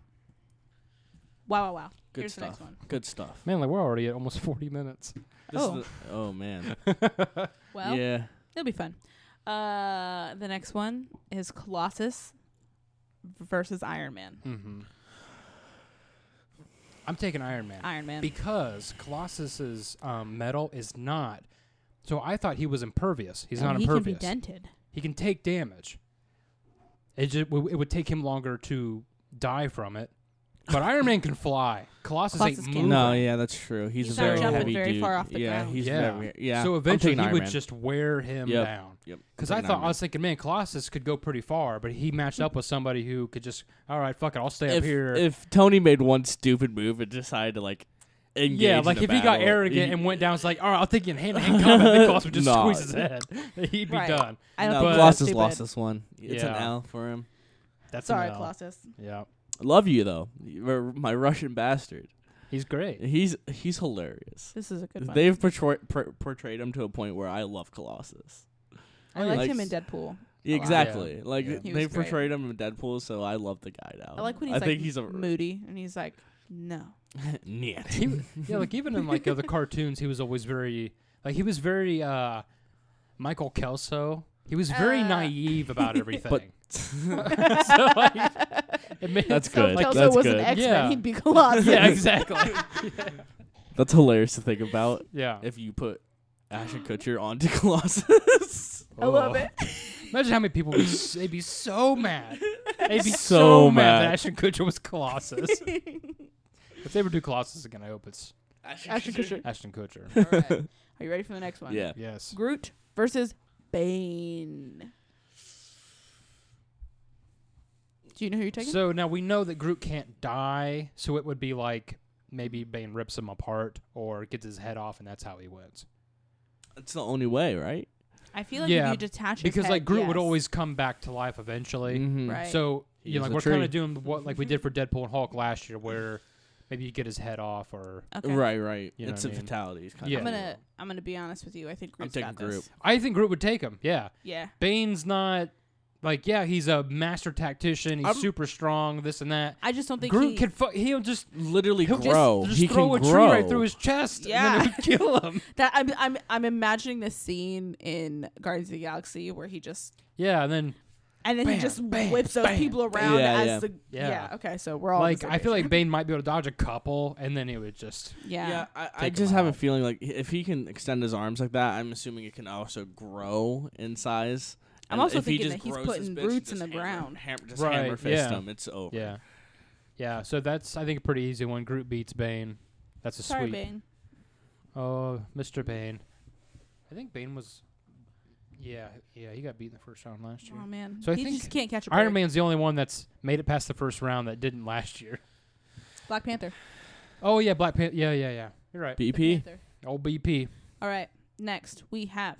Speaker 5: Wow! Wow! Wow!
Speaker 3: Good
Speaker 5: Here's the next
Speaker 3: stuff.
Speaker 5: one.
Speaker 3: Good stuff.
Speaker 2: Man, like we're already at almost 40 minutes.
Speaker 3: This
Speaker 5: Oh.
Speaker 3: Is the, oh man.
Speaker 5: Well,
Speaker 3: yeah.
Speaker 5: It'll be fun. Uh, the next one is Colossus versus Iron Man.
Speaker 2: Mm-hmm. I'm taking Iron Man
Speaker 5: Iron Man.
Speaker 2: because Colossus's um, metal is not. So I thought he was impervious. He's not
Speaker 5: he can
Speaker 2: impervious.
Speaker 5: be dented.
Speaker 2: he can take damage. It just, it would take him longer to die from it. But Iron Man can fly. Colossus,
Speaker 5: Colossus
Speaker 2: ain't
Speaker 5: can
Speaker 2: moving.
Speaker 3: No, yeah, that's true. He's,
Speaker 5: He's
Speaker 3: a
Speaker 2: not
Speaker 3: very
Speaker 2: jumping
Speaker 3: heavy
Speaker 5: very
Speaker 3: dude.
Speaker 5: far off the
Speaker 3: yeah,
Speaker 5: ground.
Speaker 3: he's
Speaker 2: Yeah.
Speaker 3: very yeah.
Speaker 2: So
Speaker 3: I'm
Speaker 2: eventually
Speaker 3: taking
Speaker 2: he
Speaker 3: Iron
Speaker 2: would
Speaker 3: Man.
Speaker 2: just wear him
Speaker 3: Yep.
Speaker 2: down.
Speaker 3: Yep.
Speaker 2: Because
Speaker 3: I'm
Speaker 2: I
Speaker 3: taking
Speaker 2: thought
Speaker 3: Iron
Speaker 2: I was thinking, man, Colossus could go pretty far, but he matched up with somebody who could just, all right, fuck it, I'll stay
Speaker 3: Man.
Speaker 2: up
Speaker 3: if
Speaker 2: here.
Speaker 3: if Tony made one stupid move and decided to like engage
Speaker 2: yeah,
Speaker 3: in
Speaker 2: like
Speaker 3: a
Speaker 2: if he got
Speaker 3: battle,
Speaker 2: arrogant
Speaker 3: he-
Speaker 2: and went down, it's like, all right, I'll take you in hand to hand combat. Then Colossus would just
Speaker 3: Nah.
Speaker 2: squeeze his head. He'd be
Speaker 5: Right.
Speaker 2: done.
Speaker 5: I don't
Speaker 3: No,
Speaker 5: think
Speaker 2: but-
Speaker 5: that's
Speaker 3: Colossus
Speaker 5: stupid.
Speaker 3: lost this one. It's an
Speaker 2: Yeah.
Speaker 3: L for him.
Speaker 2: That's an
Speaker 5: Sorry,
Speaker 2: L.
Speaker 5: Colossus.
Speaker 2: Yeah,
Speaker 3: Love you though. You're my Russian bastard.
Speaker 2: he's great.
Speaker 3: He's he's hilarious.
Speaker 5: This is a good one.
Speaker 3: They've portray, per, portrayed him to a point where I love Colossus.
Speaker 5: I liked
Speaker 3: like-
Speaker 5: him in Deadpool. a
Speaker 3: Yeah,
Speaker 5: lot.
Speaker 3: Exactly. Like
Speaker 2: Yeah.
Speaker 5: He
Speaker 3: they
Speaker 5: was great.
Speaker 3: portrayed him in Deadpool, so I love the guy now.
Speaker 5: I like when he's
Speaker 3: I
Speaker 5: like
Speaker 3: think he's a
Speaker 5: moody and he's like, no.
Speaker 3: yeah.
Speaker 2: He w- yeah, like even in like other cartoons, he was always very like he was very uh Michael Kelso. He was very
Speaker 1: Uh.
Speaker 2: naive about everything.
Speaker 3: That's
Speaker 2: so, like, it made,
Speaker 3: good.
Speaker 1: If Kelso
Speaker 3: That's
Speaker 1: was
Speaker 3: good.
Speaker 1: an X-Men,
Speaker 2: Yeah.
Speaker 1: he'd be Colossus.
Speaker 2: yeah, exactly.
Speaker 3: That's hilarious to think about.
Speaker 2: yeah.
Speaker 3: If you put Ashton Kutcher onto Colossus,
Speaker 1: I love it.
Speaker 2: Imagine how many people would be, s- they'd be
Speaker 3: Oh,
Speaker 2: so mad. They'd be so,
Speaker 3: So
Speaker 2: mad that
Speaker 3: mad.
Speaker 2: Ashton Kutcher was Colossus. if they ever do Colossus again, I hope it's
Speaker 1: Ashton Kutcher.
Speaker 2: Ashton Kutcher.
Speaker 1: All right. Are you ready for the next one?
Speaker 3: yeah,
Speaker 2: Yes.
Speaker 1: Groot versus Bane. Do you know who you're taking?
Speaker 2: So now we know that Groot can't die, so it would be like maybe Bane rips him apart or gets his head off, and that's how he wins.
Speaker 3: that's the only way, right?
Speaker 1: I feel like
Speaker 2: Yeah,
Speaker 1: if you detach his
Speaker 2: Because
Speaker 1: head,
Speaker 2: like Groot would
Speaker 1: yes. Mm.
Speaker 2: always come back to life eventually.
Speaker 3: Mm-hmm.
Speaker 1: Right.
Speaker 2: So
Speaker 3: He
Speaker 2: you know,
Speaker 3: is
Speaker 2: like
Speaker 3: a
Speaker 2: we're kind
Speaker 3: tree.
Speaker 2: of doing what like we did for Deadpool and Hulk last year, where maybe you get his head off or
Speaker 1: Okay.
Speaker 3: Right, right.
Speaker 2: You know
Speaker 3: it's
Speaker 2: what
Speaker 3: a
Speaker 2: I mean?
Speaker 3: fatalities kind
Speaker 2: Yeah.
Speaker 1: I'm
Speaker 3: of.
Speaker 1: gonna I'm gonna be honest with you. I think Groot's
Speaker 3: taking
Speaker 1: got this.
Speaker 3: Groot.
Speaker 2: I think Groot would take him. Yeah,
Speaker 1: Yeah.
Speaker 2: Bane's not like yeah, he's a master tactician. He's
Speaker 3: I'm-
Speaker 2: super strong. This and that.
Speaker 1: I just don't think
Speaker 2: Groot
Speaker 1: he,
Speaker 2: can fu- he'll just
Speaker 3: literally
Speaker 2: he'll
Speaker 3: grow.
Speaker 2: just, just
Speaker 3: he
Speaker 2: throw
Speaker 3: can
Speaker 2: a
Speaker 3: grow
Speaker 2: tree right through his chest.
Speaker 1: Yeah.
Speaker 2: and then it would kill him.
Speaker 1: that I'm I'm I'm imagining this scene in Guardians of the Galaxy where he just
Speaker 2: Yeah, and then
Speaker 1: and then
Speaker 2: Bam,
Speaker 1: he just
Speaker 2: bam,
Speaker 1: whips those
Speaker 2: bam.
Speaker 1: people around
Speaker 3: Yeah,
Speaker 1: as
Speaker 3: yeah.
Speaker 1: the
Speaker 2: Yeah.
Speaker 1: yeah. Okay, so we're all on
Speaker 2: like
Speaker 1: the
Speaker 2: I
Speaker 1: same
Speaker 2: feel
Speaker 1: page.
Speaker 2: like Bane might be able to dodge a couple, and then it would just
Speaker 1: yeah.
Speaker 3: Yeah, I, I
Speaker 2: Take
Speaker 3: just
Speaker 2: him
Speaker 3: have a
Speaker 2: out.
Speaker 3: feeling like if he can extend his arms like that, I'm assuming it can also grow in size.
Speaker 1: I'm
Speaker 3: And
Speaker 1: also
Speaker 3: if he
Speaker 1: thinking
Speaker 3: just
Speaker 1: that he's
Speaker 3: grows this
Speaker 1: putting
Speaker 3: bitch and
Speaker 1: roots in
Speaker 3: just
Speaker 1: the
Speaker 3: hammer-
Speaker 1: ground.
Speaker 3: Hammer, just
Speaker 2: Right,
Speaker 3: hammer fist
Speaker 2: yeah.
Speaker 3: him. It's over.
Speaker 2: yeah, yeah. So that's I think a pretty easy one. Groot beats Bane. That's a
Speaker 1: Sorry,
Speaker 2: sweep.
Speaker 1: Bane.
Speaker 2: Oh, Mr. Bane. I think Bane was. Yeah, yeah, he got beat in the first round last year.
Speaker 1: Oh man.
Speaker 2: So I
Speaker 1: he
Speaker 2: think
Speaker 1: just can't catch a break.
Speaker 2: Iron Man's the only one that's made it past the first round that didn't last year.
Speaker 1: Black Panther.
Speaker 2: Oh yeah, Black Panther. Yeah, yeah, yeah. You're right.
Speaker 3: BP.
Speaker 1: Panther.
Speaker 2: Old BP.
Speaker 1: All right. Next we have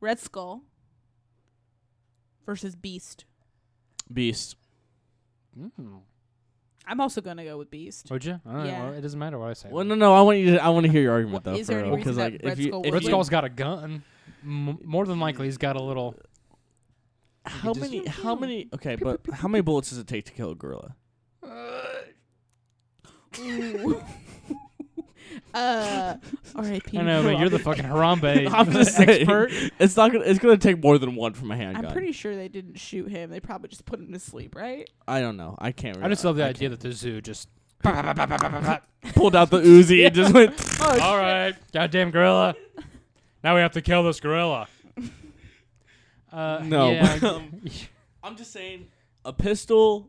Speaker 1: Red Skull versus Beast.
Speaker 3: Beast. Hmm.
Speaker 2: Mm.
Speaker 1: I'm also gonna go with Beast.
Speaker 2: Would you? All right.
Speaker 1: Yeah.
Speaker 2: Well, it doesn't matter what I say.
Speaker 3: Well, no, no. I want you. To, I want to hear your argument
Speaker 1: Well,
Speaker 3: though.
Speaker 1: is
Speaker 3: for
Speaker 1: there any
Speaker 3: real,
Speaker 1: reason
Speaker 3: 'cause,
Speaker 1: that
Speaker 3: like,
Speaker 1: Red
Speaker 3: if you,
Speaker 1: Skull
Speaker 3: if
Speaker 1: would
Speaker 2: Red
Speaker 3: you-
Speaker 1: win?
Speaker 2: Skull's got a gun. M- more than likely, he's got a little.
Speaker 3: How
Speaker 2: just-
Speaker 3: many? How many? Okay, but how many bullets does it take to kill a gorilla?
Speaker 1: Ooh. uh, R.I.P.
Speaker 2: I know, but you're the fucking Harambe
Speaker 3: I'm just saying.
Speaker 2: expert.
Speaker 3: It's not. Gonna, it's gonna take more than one from a handgun.
Speaker 1: I'm pretty sure they didn't shoot him. They probably just put him to sleep, right?
Speaker 3: I don't know. I can't.
Speaker 2: I just love the
Speaker 3: that.
Speaker 2: idea that the zoo just. All
Speaker 3: Pulled out the Uzi and just went.
Speaker 1: Oh,
Speaker 2: right, goddamn gorilla. Now we have to kill this gorilla. Uh,
Speaker 3: No.
Speaker 2: yeah.
Speaker 3: Um, I'm just saying, a pistol.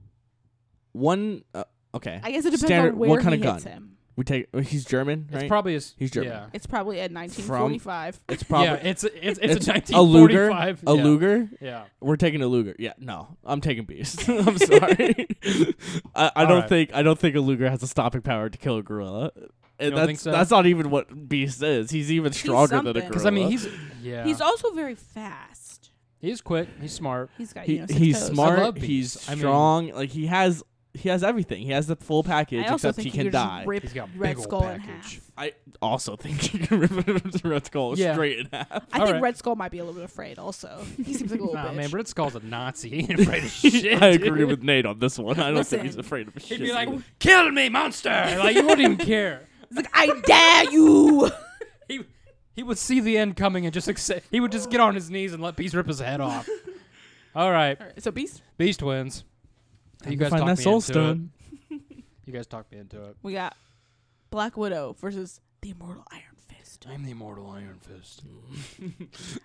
Speaker 3: One. Uh, okay.
Speaker 1: I guess it depends
Speaker 3: Standard-
Speaker 1: on where
Speaker 3: what kind
Speaker 1: he
Speaker 3: of
Speaker 1: hits
Speaker 3: gun?
Speaker 1: him.
Speaker 3: we take. oh, He's German,
Speaker 2: it's
Speaker 3: right?
Speaker 2: probably his.
Speaker 3: He's German.
Speaker 2: Yeah,
Speaker 1: It's probably a 1945.
Speaker 3: it's probably
Speaker 2: yeah. It's it's it's,
Speaker 3: It's
Speaker 2: a
Speaker 3: a Luger.
Speaker 2: 1945.
Speaker 3: A
Speaker 2: yeah.
Speaker 3: Luger.
Speaker 2: Yeah.
Speaker 3: We're taking a Luger. Yeah. No, I'm taking Beast. I'm sorry. I, I
Speaker 2: All
Speaker 3: don't
Speaker 2: right.
Speaker 3: think I don't think a Luger has the stopping power to kill a gorilla. And
Speaker 2: don't
Speaker 3: that's
Speaker 2: think so?
Speaker 3: that's not even what Beast is. He's even stronger than a
Speaker 1: something.
Speaker 3: gorilla.
Speaker 1: 'Cause,
Speaker 2: Because I mean, he's yeah.
Speaker 1: He's
Speaker 2: He's
Speaker 1: also very fast.
Speaker 2: he's quick. He's smart.
Speaker 1: He's got
Speaker 3: He-
Speaker 1: you know, six
Speaker 3: he's
Speaker 1: toes.
Speaker 2: I love
Speaker 3: smart. He's
Speaker 2: Beast. I mean-
Speaker 3: strong. like he has he has everything. He has the full package.
Speaker 1: I also
Speaker 3: except
Speaker 1: think
Speaker 3: he
Speaker 1: you
Speaker 3: can
Speaker 1: could just
Speaker 3: die.
Speaker 1: rip
Speaker 2: He's got big
Speaker 1: Red
Speaker 2: old
Speaker 1: Skull in
Speaker 2: package.
Speaker 1: half.
Speaker 3: I also think you can rip the Red Skull
Speaker 2: Yeah.
Speaker 3: straight in half.
Speaker 1: I
Speaker 2: All
Speaker 1: think
Speaker 2: right.
Speaker 1: Red Skull might be a little bit afraid. Also, he seems like a little
Speaker 2: Nah,
Speaker 1: bitch.
Speaker 2: man, Red Skull's a Nazi. He ain't afraid of shit.
Speaker 3: I agree
Speaker 2: dude.
Speaker 3: with Nate on this one. I don't think he's
Speaker 1: Listen.
Speaker 3: afraid of shit.
Speaker 2: He'd be like, "Kill me, monster!" Like you wouldn't even care.
Speaker 1: He's like, I dare you.
Speaker 2: He he would see the end coming and just accept. He would just get on his knees and let Beast rip his head off. All right,
Speaker 1: All right, so Beast,
Speaker 2: Beast wins. You guys talked me into it. You guys talked me into it.
Speaker 1: we got Black Widow versus the Immortal Iron Fist.
Speaker 2: I'm the immortal Iron Fist.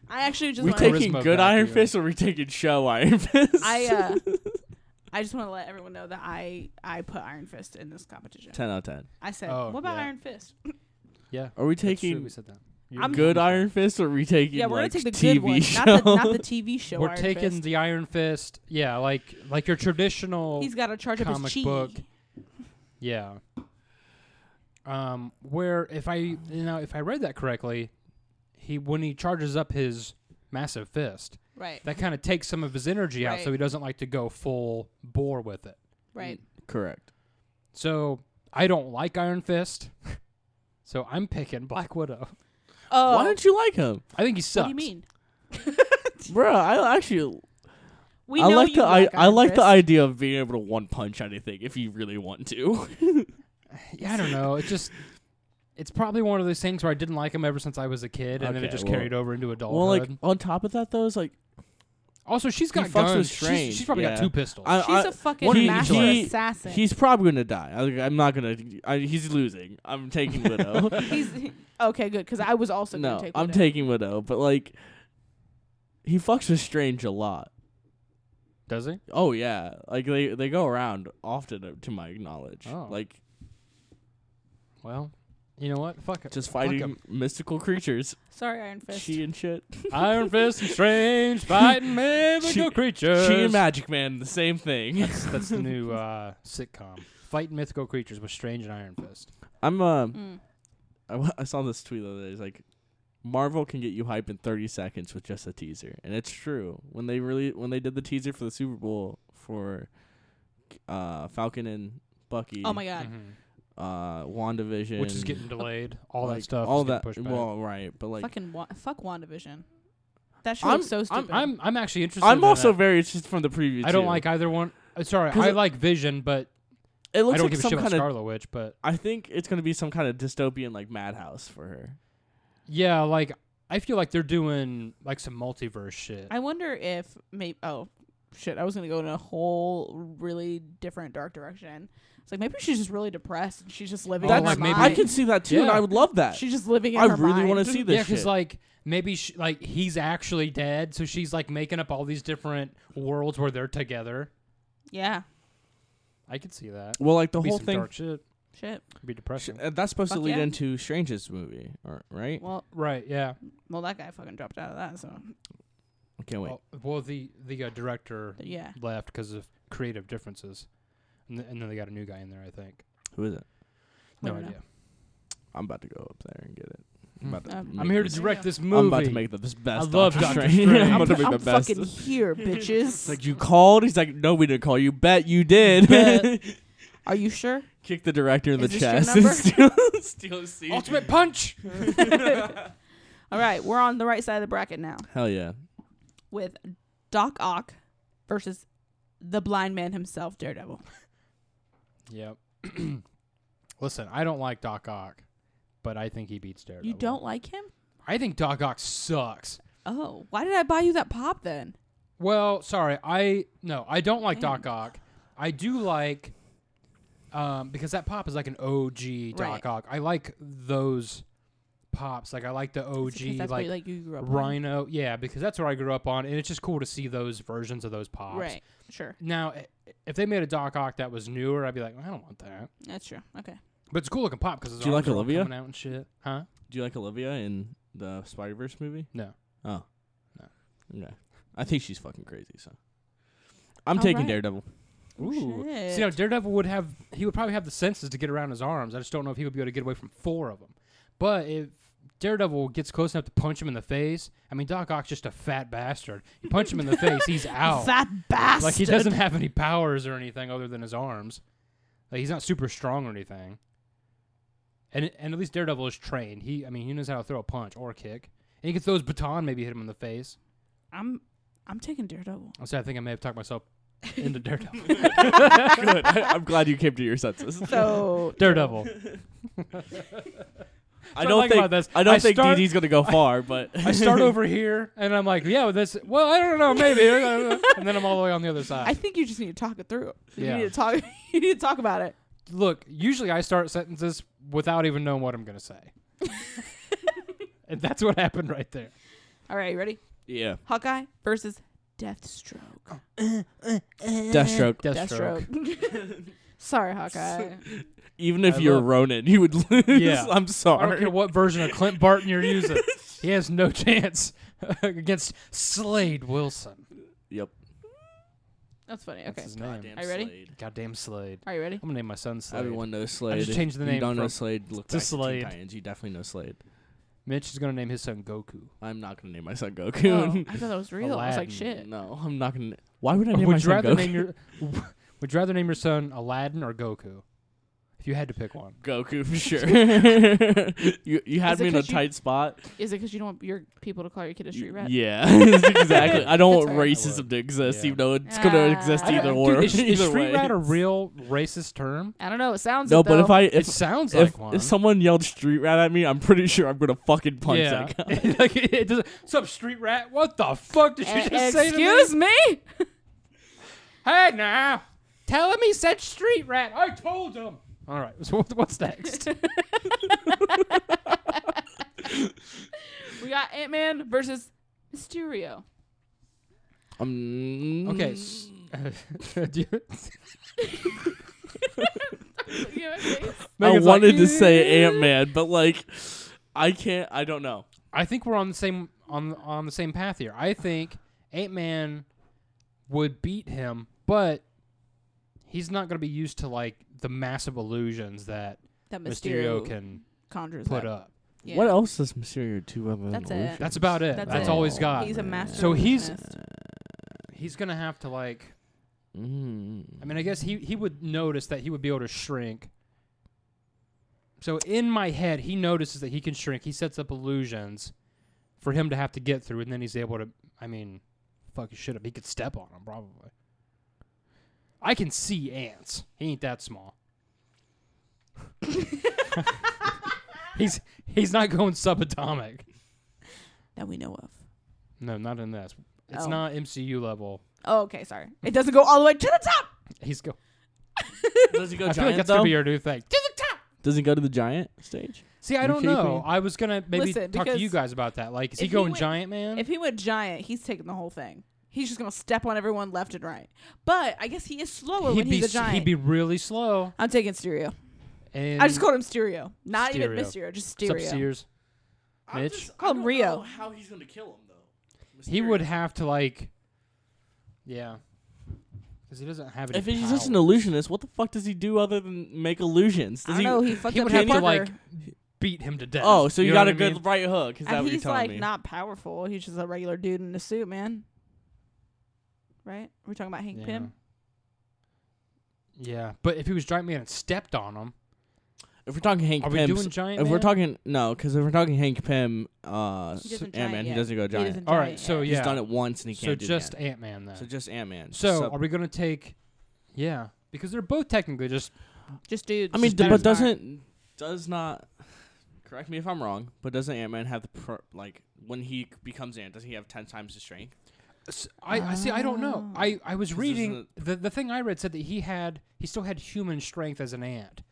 Speaker 1: I actually just
Speaker 3: We
Speaker 1: want
Speaker 2: wanna-
Speaker 3: taking
Speaker 2: Charisma
Speaker 3: good Iron
Speaker 2: vacuum.
Speaker 3: Fist or we taking show Iron Fist?
Speaker 1: I uh, I just want to let everyone know that I I put Iron Fist in this competition.
Speaker 3: ten out of ten.
Speaker 1: I said,
Speaker 2: Oh,
Speaker 1: what about
Speaker 2: yeah.
Speaker 1: Iron Fist?
Speaker 2: Yeah,
Speaker 3: Are we
Speaker 2: that's true,
Speaker 3: taking
Speaker 2: we said that.
Speaker 1: I'm-
Speaker 3: good Iron Fist or are we taking
Speaker 1: yeah, we're
Speaker 3: like,
Speaker 1: gonna take the
Speaker 3: TV
Speaker 1: good one,
Speaker 3: show?
Speaker 1: not the not the TV show.
Speaker 2: We're
Speaker 1: Iron
Speaker 2: taking
Speaker 1: Fist.
Speaker 2: the Iron Fist. Yeah, like like your traditional.
Speaker 1: He's got to charge up
Speaker 2: comic
Speaker 1: his chi.
Speaker 2: book. Yeah. Um, where if I you know if I read that correctly, he when he charges up his massive fist,
Speaker 1: Right,
Speaker 2: that kind of takes some of his energy out, so
Speaker 1: Right.
Speaker 2: he doesn't like to go full bore with it.
Speaker 1: right.
Speaker 3: Correct.
Speaker 2: So I don't like Iron Fist, so I'm picking Black Widow.
Speaker 1: Oh,
Speaker 3: Why don't you like him,
Speaker 2: I think he
Speaker 1: what
Speaker 2: sucks.
Speaker 1: do you mean?
Speaker 3: bro? I actually
Speaker 1: We
Speaker 3: I
Speaker 1: know
Speaker 3: like
Speaker 1: you
Speaker 3: the I, I
Speaker 1: Iron
Speaker 3: like the
Speaker 1: Fist.
Speaker 3: idea of being able to one punch anything if you really want to.
Speaker 2: Yeah, I don't know. It's just. It's probably one of those things where I didn't like him ever since I was a kid, and then it
Speaker 3: Okay,
Speaker 2: just
Speaker 3: well-
Speaker 2: carried over into adulthood.
Speaker 3: well, like on top of that though, is like
Speaker 2: Also, she's got
Speaker 3: fucks with
Speaker 2: guns. She's,
Speaker 3: Strange,
Speaker 2: she's probably
Speaker 3: yeah.
Speaker 2: got two pistols.
Speaker 3: I-
Speaker 1: She's
Speaker 3: I-
Speaker 1: a fucking
Speaker 3: he-
Speaker 1: master
Speaker 3: he-
Speaker 1: assassin.
Speaker 3: He's probably gonna die. I, I'm not gonna. I, he's losing. I'm taking widow.
Speaker 1: He's okay, good because I was also
Speaker 3: no,
Speaker 1: gonna take.
Speaker 3: I'm
Speaker 1: Widow.
Speaker 3: taking widow. But like, he fucks with strange a lot.
Speaker 2: Does he?
Speaker 3: Oh yeah, like they they go around often uh, to my knowledge.
Speaker 2: Oh.
Speaker 3: Like
Speaker 2: Well, you know what? Fuck it.
Speaker 3: just
Speaker 2: Fuck
Speaker 3: fighting
Speaker 2: 'em.
Speaker 3: mystical creatures,
Speaker 1: Sorry, Iron Fist.
Speaker 3: she and shit.
Speaker 2: Iron Fist and Strange fighting
Speaker 3: She-
Speaker 2: mythical creatures.
Speaker 3: She and Magic Man, the same thing.
Speaker 2: That's, that's the new uh, sitcom. Fighting mythical creatures with Strange and Iron Fist.
Speaker 3: I'm um.
Speaker 1: Mm.
Speaker 3: I, wa- I saw this tweet the other day. It's like, Marvel can get you hype in 30 seconds with just a teaser, and it's true. When they really when they did the teaser for the Super Bowl for uh, Falcon and Bucky,
Speaker 1: Oh my
Speaker 2: Mm-hmm.
Speaker 1: god.
Speaker 3: uh, Wandavision,
Speaker 2: Which is getting delayed. All
Speaker 3: like,
Speaker 2: that stuff.
Speaker 3: all
Speaker 2: is getting
Speaker 3: that.
Speaker 2: Pushed back.
Speaker 3: Well, right, but like,
Speaker 1: fucking wa- fuck WandaVision. That shit
Speaker 3: I'm-
Speaker 1: looks so stupid.
Speaker 2: I'm I'm actually interested. in
Speaker 3: I'm
Speaker 2: that.
Speaker 3: also very interested from the preview.
Speaker 2: I don't
Speaker 3: too.
Speaker 2: like either one. Uh, sorry,
Speaker 3: 'Cause
Speaker 2: I
Speaker 3: it-
Speaker 2: like Vision, but
Speaker 3: It
Speaker 2: I
Speaker 3: looks
Speaker 2: don't
Speaker 3: like
Speaker 2: give a
Speaker 3: some
Speaker 2: shit about
Speaker 3: kind of.
Speaker 2: Scarlet Witch. But
Speaker 3: I think it's gonna be some kind of dystopian like madhouse for her.
Speaker 2: yeah, like I feel like they're doing like some multiverse shit.
Speaker 1: I wonder if maybe oh shit, I was gonna go in a whole really different dark direction. It's like maybe she's just really depressed and she's just living.
Speaker 2: Oh,
Speaker 1: in
Speaker 2: like
Speaker 1: her
Speaker 2: maybe-
Speaker 3: I
Speaker 1: mind.
Speaker 3: can see that too, and
Speaker 2: Yeah.
Speaker 3: I would love
Speaker 2: Uh,
Speaker 3: that.
Speaker 1: She's just living in
Speaker 3: I
Speaker 1: her
Speaker 3: really
Speaker 1: mind.
Speaker 3: wanna see this
Speaker 2: yeah, because
Speaker 3: shit.
Speaker 2: like maybe sh like he's actually dead, so she's like making up all these different worlds where they're together.
Speaker 1: Yeah,
Speaker 2: I could see that.
Speaker 3: well, like the
Speaker 2: be
Speaker 3: whole
Speaker 2: some
Speaker 3: thing.
Speaker 2: dark shit.
Speaker 1: shit.
Speaker 2: Be
Speaker 3: Sh-
Speaker 2: depressing.
Speaker 3: uh, that's supposed to
Speaker 1: Fuck
Speaker 3: lead
Speaker 1: yeah.
Speaker 3: into Strange's movie, or, right?
Speaker 1: Well,
Speaker 2: right? Yeah.
Speaker 1: well, that guy fucking dropped out of that. So
Speaker 3: Can't wait.
Speaker 2: Well, Oh, well, the the uh, director
Speaker 1: yeah,
Speaker 2: left because of creative differences, and, th- and then they got a new guy in there. I think.
Speaker 3: Who is it?
Speaker 1: We
Speaker 2: No
Speaker 1: don't know.
Speaker 2: idea.
Speaker 3: I'm about to go up there and get it.
Speaker 2: Mm.
Speaker 3: I'm, about to
Speaker 1: Um,
Speaker 2: I'm here to
Speaker 3: this-
Speaker 1: do
Speaker 2: direct
Speaker 1: Yeah.
Speaker 2: this movie.
Speaker 3: I'm about to make the, this best.
Speaker 2: love Doctor Strange.
Speaker 3: I'm
Speaker 2: I'm
Speaker 3: about to
Speaker 2: fu-
Speaker 3: make
Speaker 1: I'm
Speaker 3: the best.
Speaker 1: fucking here,
Speaker 3: It's
Speaker 1: bitches.
Speaker 3: like you called. He's like, no, we didn't call you. Bet you did.
Speaker 1: Bet. Are you sure?
Speaker 3: Kick the director in
Speaker 1: Is
Speaker 3: the
Speaker 1: this your
Speaker 3: chest.
Speaker 1: number?
Speaker 3: steal, steal his seat.
Speaker 2: Ultimate punch.
Speaker 1: All right, we're on the right side of the bracket now
Speaker 3: Hell yeah.
Speaker 1: with Doc Ock versus the blind man himself, Daredevil.
Speaker 2: Yep. Listen, I don't like Doc Ock, but I think he beats Daredevil.
Speaker 1: You don't like him?
Speaker 2: I think Doc Ock sucks.
Speaker 1: Oh, why did I buy you that pop then?
Speaker 2: Well, sorry, I no, I don't like Doc
Speaker 1: Damn.
Speaker 2: Ock. I do like, um, because that pop is like an OG Doc
Speaker 1: Right.
Speaker 2: Ock. I like those pops. Like I like the
Speaker 1: Is it 'cause
Speaker 2: OG
Speaker 1: that's what
Speaker 2: like,
Speaker 1: you- like you grew up on?
Speaker 2: Rhino. Yeah, because that's what I grew up on, and it's just cool to see those versions of those pops.
Speaker 1: Right. Sure.
Speaker 2: Now, i- if they made a Doc Ock that was newer, I'd be like, I don't want that.
Speaker 1: That's true. Okay.
Speaker 2: But it's a cool looking pop because
Speaker 3: Do you like Olivia?
Speaker 2: coming out and shit, huh?
Speaker 3: Do you like Olivia in the Spider Verse movie?
Speaker 2: No.
Speaker 3: Oh.
Speaker 2: No.
Speaker 3: Okay. I think she's fucking crazy. So. I'm
Speaker 1: All
Speaker 3: taking
Speaker 1: right.
Speaker 3: Daredevil.
Speaker 2: Ooh.
Speaker 1: Shit.
Speaker 2: See, now Daredevil would have he would probably have the senses to get around his arms. I just don't know if he would be able to get away from four of them. But if Daredevil gets close enough to punch him in the face, I mean Doc Ock's just a fat bastard. You punch him in the face, he's out.
Speaker 1: Fat bastard.
Speaker 2: Like he doesn't have any powers or anything other than his arms. Like he's not super strong or anything. And and at least Daredevil is trained. He I mean he knows how to throw a punch or a kick. And he can throw his baton, maybe hit him in the face.
Speaker 1: I'm I'm taking Daredevil.
Speaker 2: I said I think I may have talked myself into Daredevil.
Speaker 3: Good. I, I'm glad you came to your senses.
Speaker 1: So
Speaker 2: Daredevil.
Speaker 3: I
Speaker 2: So
Speaker 3: don't
Speaker 2: like
Speaker 3: think
Speaker 2: about this.
Speaker 3: I don't
Speaker 2: I
Speaker 3: think
Speaker 2: start-
Speaker 3: DD's gonna go far, but
Speaker 2: I start over here, and I'm like, yeah, this. Well, I don't know, maybe. and then I'm all the way on the other
Speaker 1: I
Speaker 2: side.
Speaker 1: think you just need to talk it through. You
Speaker 2: Yeah.
Speaker 1: need to talk. You need to talk about it.
Speaker 2: Look, usually I start sentences without even knowing what I'm gonna say. and that's what happened right there.
Speaker 1: All right, you ready?
Speaker 3: yeah.
Speaker 1: Hawkeye versus Deathstroke.
Speaker 3: Deathstroke.
Speaker 2: Oh, Deathstroke.
Speaker 1: Deathstroke. Sorry, Hawkeye.
Speaker 3: Even if
Speaker 2: I
Speaker 3: you're
Speaker 2: love-
Speaker 3: Ronan, you would lose.
Speaker 2: Yeah.
Speaker 3: I'm
Speaker 2: I don't
Speaker 3: sorry.
Speaker 2: care what version of Clint Barton you're using. He has no chance against Slade Wilson.
Speaker 3: Yep.
Speaker 1: That's funny.
Speaker 2: That's
Speaker 1: Okay.
Speaker 2: his name.
Speaker 1: Are you ready?
Speaker 2: Goddamn Slade.
Speaker 1: Are you ready?
Speaker 2: I'm gonna name my son Slade.
Speaker 3: Everyone knows Slade.
Speaker 2: just
Speaker 3: If
Speaker 2: changed the
Speaker 3: You
Speaker 2: name
Speaker 3: don't know
Speaker 2: from-
Speaker 3: Slade. Look
Speaker 2: to
Speaker 3: back Slade.
Speaker 2: Slade.
Speaker 3: Teen Titans. You definitely know Slade.
Speaker 2: Mitch is gonna name his son Goku.
Speaker 3: I'm not gonna name my son
Speaker 1: Oh,
Speaker 3: Goku.
Speaker 1: I thought that was real. I was like,
Speaker 2: Aladdin.
Speaker 1: shit.
Speaker 3: no, I'm not gonna. Why would I name my
Speaker 2: Would you
Speaker 3: son
Speaker 2: rather
Speaker 3: Goku?
Speaker 2: name your Would you rather name your son Aladdin or Goku? If If you had to pick one,
Speaker 3: Goku for sure. you you had
Speaker 1: Is it
Speaker 3: me in a
Speaker 1: 'cause you-
Speaker 3: tight spot.
Speaker 1: Is it because you don't want your people to call your kid a street rat?
Speaker 3: Yeah, exactly. I don't
Speaker 1: That's
Speaker 3: want
Speaker 1: fair.
Speaker 3: racism to exist,
Speaker 2: Yeah.
Speaker 3: even though it's gonna
Speaker 1: Ah.
Speaker 3: exist
Speaker 1: I don't-
Speaker 3: either
Speaker 1: dude,
Speaker 3: or.
Speaker 2: is, is
Speaker 3: either
Speaker 2: street
Speaker 3: way.
Speaker 2: rat a real racist term?
Speaker 1: I don't know. It sounds
Speaker 3: no,
Speaker 1: it,
Speaker 3: but if
Speaker 1: though.
Speaker 3: I
Speaker 2: It
Speaker 3: if
Speaker 2: sounds
Speaker 3: if,
Speaker 2: like one.
Speaker 3: if someone yelled street rat at me, I'm pretty sure I'm gonna fucking punch
Speaker 2: yeah.
Speaker 3: that guy.
Speaker 2: like it, it doesn't, sup, street rat? What the fuck did you
Speaker 1: E-
Speaker 2: just say to me?
Speaker 1: excuse me.
Speaker 2: Hey now, tell him he said street rat. I told him. All right, so what- what's next?
Speaker 1: we got Ant Man versus Mysterio.
Speaker 3: Um,
Speaker 2: okay, s- do you-
Speaker 1: Look at my face.
Speaker 3: I
Speaker 2: Megan's like,
Speaker 3: wanted to say
Speaker 2: "Eh."
Speaker 3: Ant Man, but like, I can't. I don't know.
Speaker 2: I think we're on the same on on the same path here. I think Ant Man would beat him, but he's not going to be used to like the massive illusions that
Speaker 1: that
Speaker 2: Mysterio, can
Speaker 1: conjures
Speaker 2: put
Speaker 1: up.
Speaker 2: up.
Speaker 1: Yeah.
Speaker 3: What else does Mysterio do other than
Speaker 1: That's it.
Speaker 3: illusions?
Speaker 2: That's about it.
Speaker 1: That's
Speaker 2: That's,
Speaker 1: it.
Speaker 2: all he's got.
Speaker 1: He's a master.
Speaker 2: So he's-
Speaker 1: illusionist.
Speaker 2: He's going to have to like.
Speaker 3: Mm.
Speaker 2: I mean, I guess he he would notice that he would be able to shrink. So in my head, he notices that he can shrink. He sets up illusions for him to have to get through, and then he's able to. I mean, fuck his shit up. He could step on him probably. I can see ants. He ain't that small. he's he's not going subatomic.
Speaker 1: that we know of.
Speaker 2: No, not in this. It's
Speaker 1: Oh.
Speaker 2: not MCU level.
Speaker 1: Oh, okay, sorry. It doesn't go all the way to the top.
Speaker 2: He's go.
Speaker 3: Does he go
Speaker 2: I feel like
Speaker 3: giant
Speaker 2: that's
Speaker 3: though?
Speaker 2: gonna be our new thing.
Speaker 3: Does he go to the giant stage?
Speaker 2: See, I
Speaker 3: You
Speaker 2: don't
Speaker 3: keep
Speaker 2: know.
Speaker 3: me-
Speaker 2: I was gonna maybe
Speaker 1: Listen,
Speaker 2: talk to you
Speaker 1: because
Speaker 2: guys about that. Like, is he
Speaker 1: if he
Speaker 2: going
Speaker 1: went-
Speaker 2: giant man?
Speaker 1: If he went giant, he's taking the whole thing. He's just gonna step on everyone left and right. But I guess he is slower
Speaker 2: he'd
Speaker 1: when
Speaker 2: be
Speaker 1: he's a
Speaker 2: s-
Speaker 1: giant.
Speaker 2: he'd be really slow.
Speaker 1: I'm taking Stereo.
Speaker 2: And
Speaker 1: I just called him Stereo. Not even
Speaker 2: Stereo.
Speaker 1: Mysterio, just
Speaker 2: What's up,
Speaker 1: Stereo.
Speaker 2: Sears? Mitch?
Speaker 1: Call him Rio.
Speaker 3: how he's gonna kill him though?
Speaker 2: He would have to like, yeah, because he doesn't have any.
Speaker 3: If he's just an
Speaker 2: powers.
Speaker 3: illusionist, what the fuck does he do other than make illusions?
Speaker 1: I
Speaker 3: Does
Speaker 1: don't
Speaker 3: he?
Speaker 1: know. He fucked
Speaker 2: he
Speaker 1: up
Speaker 2: would
Speaker 1: his
Speaker 2: have to
Speaker 1: partner.
Speaker 2: like beat him to death.
Speaker 3: Oh, so you,
Speaker 2: know
Speaker 3: got
Speaker 2: what
Speaker 3: a
Speaker 2: I
Speaker 3: good
Speaker 2: mean?
Speaker 3: right hook? Is that
Speaker 1: and
Speaker 3: what you're
Speaker 1: he's
Speaker 3: telling
Speaker 1: like
Speaker 3: me?
Speaker 1: not powerful. He's just a regular dude in a suit, man. Right? We're talking about Hank
Speaker 2: yeah.
Speaker 1: Pym.
Speaker 2: Yeah, but if he was giant man and stepped on him,
Speaker 3: if we're talking Hank
Speaker 2: are we
Speaker 3: Pym,
Speaker 2: doing giant?
Speaker 3: if
Speaker 2: man?
Speaker 3: we're talking no, because if we're talking Hank Pym, uh,
Speaker 1: He doesn't
Speaker 3: Ant
Speaker 1: giant
Speaker 3: Man, he
Speaker 1: yet.
Speaker 3: doesn't go
Speaker 1: He
Speaker 3: giant.
Speaker 1: doesn't
Speaker 2: all
Speaker 1: giant
Speaker 2: right,
Speaker 1: yet.
Speaker 2: so yeah,
Speaker 3: He's done it once and he
Speaker 2: so
Speaker 3: can't do it
Speaker 2: just
Speaker 3: again.
Speaker 2: Ant Man then.
Speaker 3: So just Ant Man.
Speaker 2: So are we gonna take? Yeah, because they're both technically just
Speaker 1: Just dudes.
Speaker 3: I mean,
Speaker 2: just
Speaker 3: d-
Speaker 2: do
Speaker 3: but
Speaker 2: it.
Speaker 3: doesn't does not correct me if I'm wrong, but doesn't Ant Man have the pr- like when he becomes Ant? Doesn't he have ten times the strength?
Speaker 2: S- I, I see. I don't know. I, I was
Speaker 3: Ah. This
Speaker 2: reading the the thing I read said that he had he still had human strength as an ant.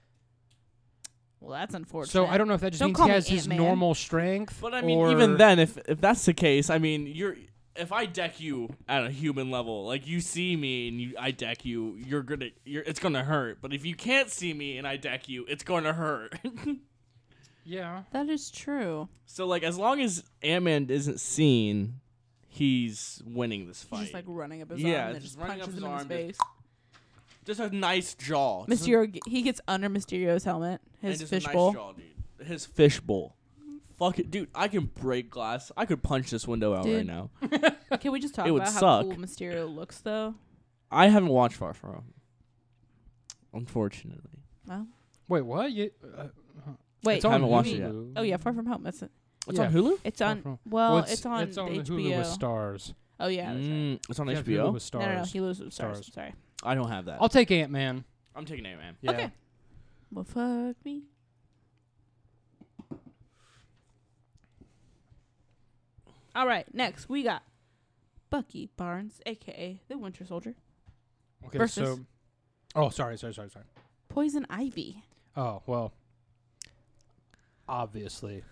Speaker 1: Well, that's unfortunate.
Speaker 2: So I don't know if that just
Speaker 1: Don't
Speaker 2: means
Speaker 1: call
Speaker 2: he
Speaker 1: me
Speaker 2: has his
Speaker 1: Ant-Man.
Speaker 2: normal strength.
Speaker 3: But I mean,
Speaker 2: or-
Speaker 3: even then, if if that's the case, I mean, you're if I deck you at a human level, like you see me and you I deck you, you're gonna you're it's gonna hurt. But if you can't see me and I deck you, it's gonna hurt.
Speaker 2: yeah.
Speaker 1: That is true.
Speaker 3: so like as long as Ant Man isn't seen, he's winning this
Speaker 1: He's
Speaker 3: fight.
Speaker 1: just like running up his
Speaker 3: Yeah,
Speaker 1: arm and then
Speaker 3: just
Speaker 1: just
Speaker 3: running up
Speaker 1: punches
Speaker 3: his
Speaker 1: him in his
Speaker 3: arm, just-
Speaker 1: face.
Speaker 3: just a nice jaw, Just a-
Speaker 1: Mysterio, g- he gets under Mysterio's helmet, his
Speaker 3: And just a nice
Speaker 1: fishbowl.
Speaker 3: jaw, dude. His fishbowl. Fuck it, dude. I can break glass. I could punch this window out
Speaker 1: Dude.
Speaker 3: right now.
Speaker 1: Can we just talk
Speaker 3: It would
Speaker 1: about
Speaker 3: suck.
Speaker 1: how cool Mysterio looks, though?
Speaker 3: I haven't watched Far From Home, unfortunately.
Speaker 1: Well,
Speaker 2: Wait, what? You, uh,
Speaker 1: wait.
Speaker 2: it's on
Speaker 3: haven't watched
Speaker 2: Hulu.
Speaker 3: it yet.
Speaker 1: Oh yeah, Far From Home. That's it.
Speaker 3: It's
Speaker 2: Yeah.
Speaker 3: on Hulu.
Speaker 1: It's
Speaker 2: Far
Speaker 1: on.
Speaker 2: From-
Speaker 1: Well,
Speaker 2: it's,
Speaker 1: it's on
Speaker 2: it's on the Hulu
Speaker 1: HBO.
Speaker 2: with stars.
Speaker 1: oh yeah. that's right.
Speaker 3: Mm, it's on
Speaker 2: Yeah, Hulu
Speaker 3: HBO.
Speaker 2: with stars.
Speaker 1: No, no, no. He loses stars.
Speaker 2: Stars.
Speaker 1: Sorry.
Speaker 3: I don't have that.
Speaker 2: I'll take Ant Man.
Speaker 3: I'm taking it, man.
Speaker 2: Yeah.
Speaker 1: Okay. Well, fuck me. All right. Next, we got Bucky Barnes, aka the Winter Soldier,
Speaker 2: Okay.
Speaker 1: Versus-
Speaker 2: So. Oh, sorry, sorry, sorry, sorry.
Speaker 1: Poison Ivy.
Speaker 2: Oh well. Obviously,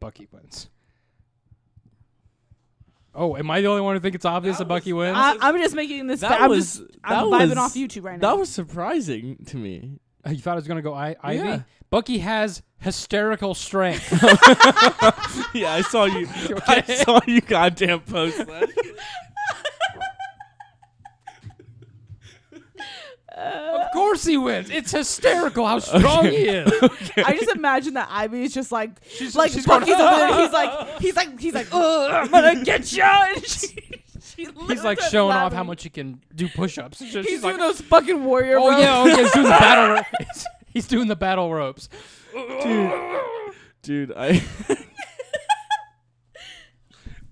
Speaker 2: Bucky wins. Oh, am I the only one who think it's obvious that,
Speaker 3: That
Speaker 2: Bucky
Speaker 3: was-
Speaker 2: wins?
Speaker 1: I,
Speaker 3: was-
Speaker 1: I'm just making this.
Speaker 3: That
Speaker 1: I'm
Speaker 3: was
Speaker 1: just.
Speaker 3: that
Speaker 1: I'm vibing
Speaker 3: was,
Speaker 1: off YouTube right now.
Speaker 3: That was surprising to me.
Speaker 2: Uh, You thought it was gonna go I- Ivy.
Speaker 3: Yeah.
Speaker 2: Bucky has hysterical strength.
Speaker 3: yeah, I saw you.
Speaker 2: You
Speaker 3: I
Speaker 2: okay?
Speaker 3: saw you. Goddamn post that.
Speaker 2: of course he wins. It's hysterical how strong he is.
Speaker 1: I just imagine that Ivy is just like,
Speaker 2: She's-
Speaker 1: like
Speaker 2: she's
Speaker 1: Bucky's
Speaker 2: going,
Speaker 1: over there. and He's
Speaker 3: "Ah!"
Speaker 1: like, he's like, he's like, Ugh, I'm gonna get you. And she, she
Speaker 2: He's like showing off how much he can do push-ups. and shit.
Speaker 1: He's
Speaker 2: She's
Speaker 1: doing
Speaker 2: like,
Speaker 1: those fucking warrior.
Speaker 2: oh yeah, okay, he's doing the battle. ro- he's, He's doing the battle ropes.
Speaker 3: Dude, I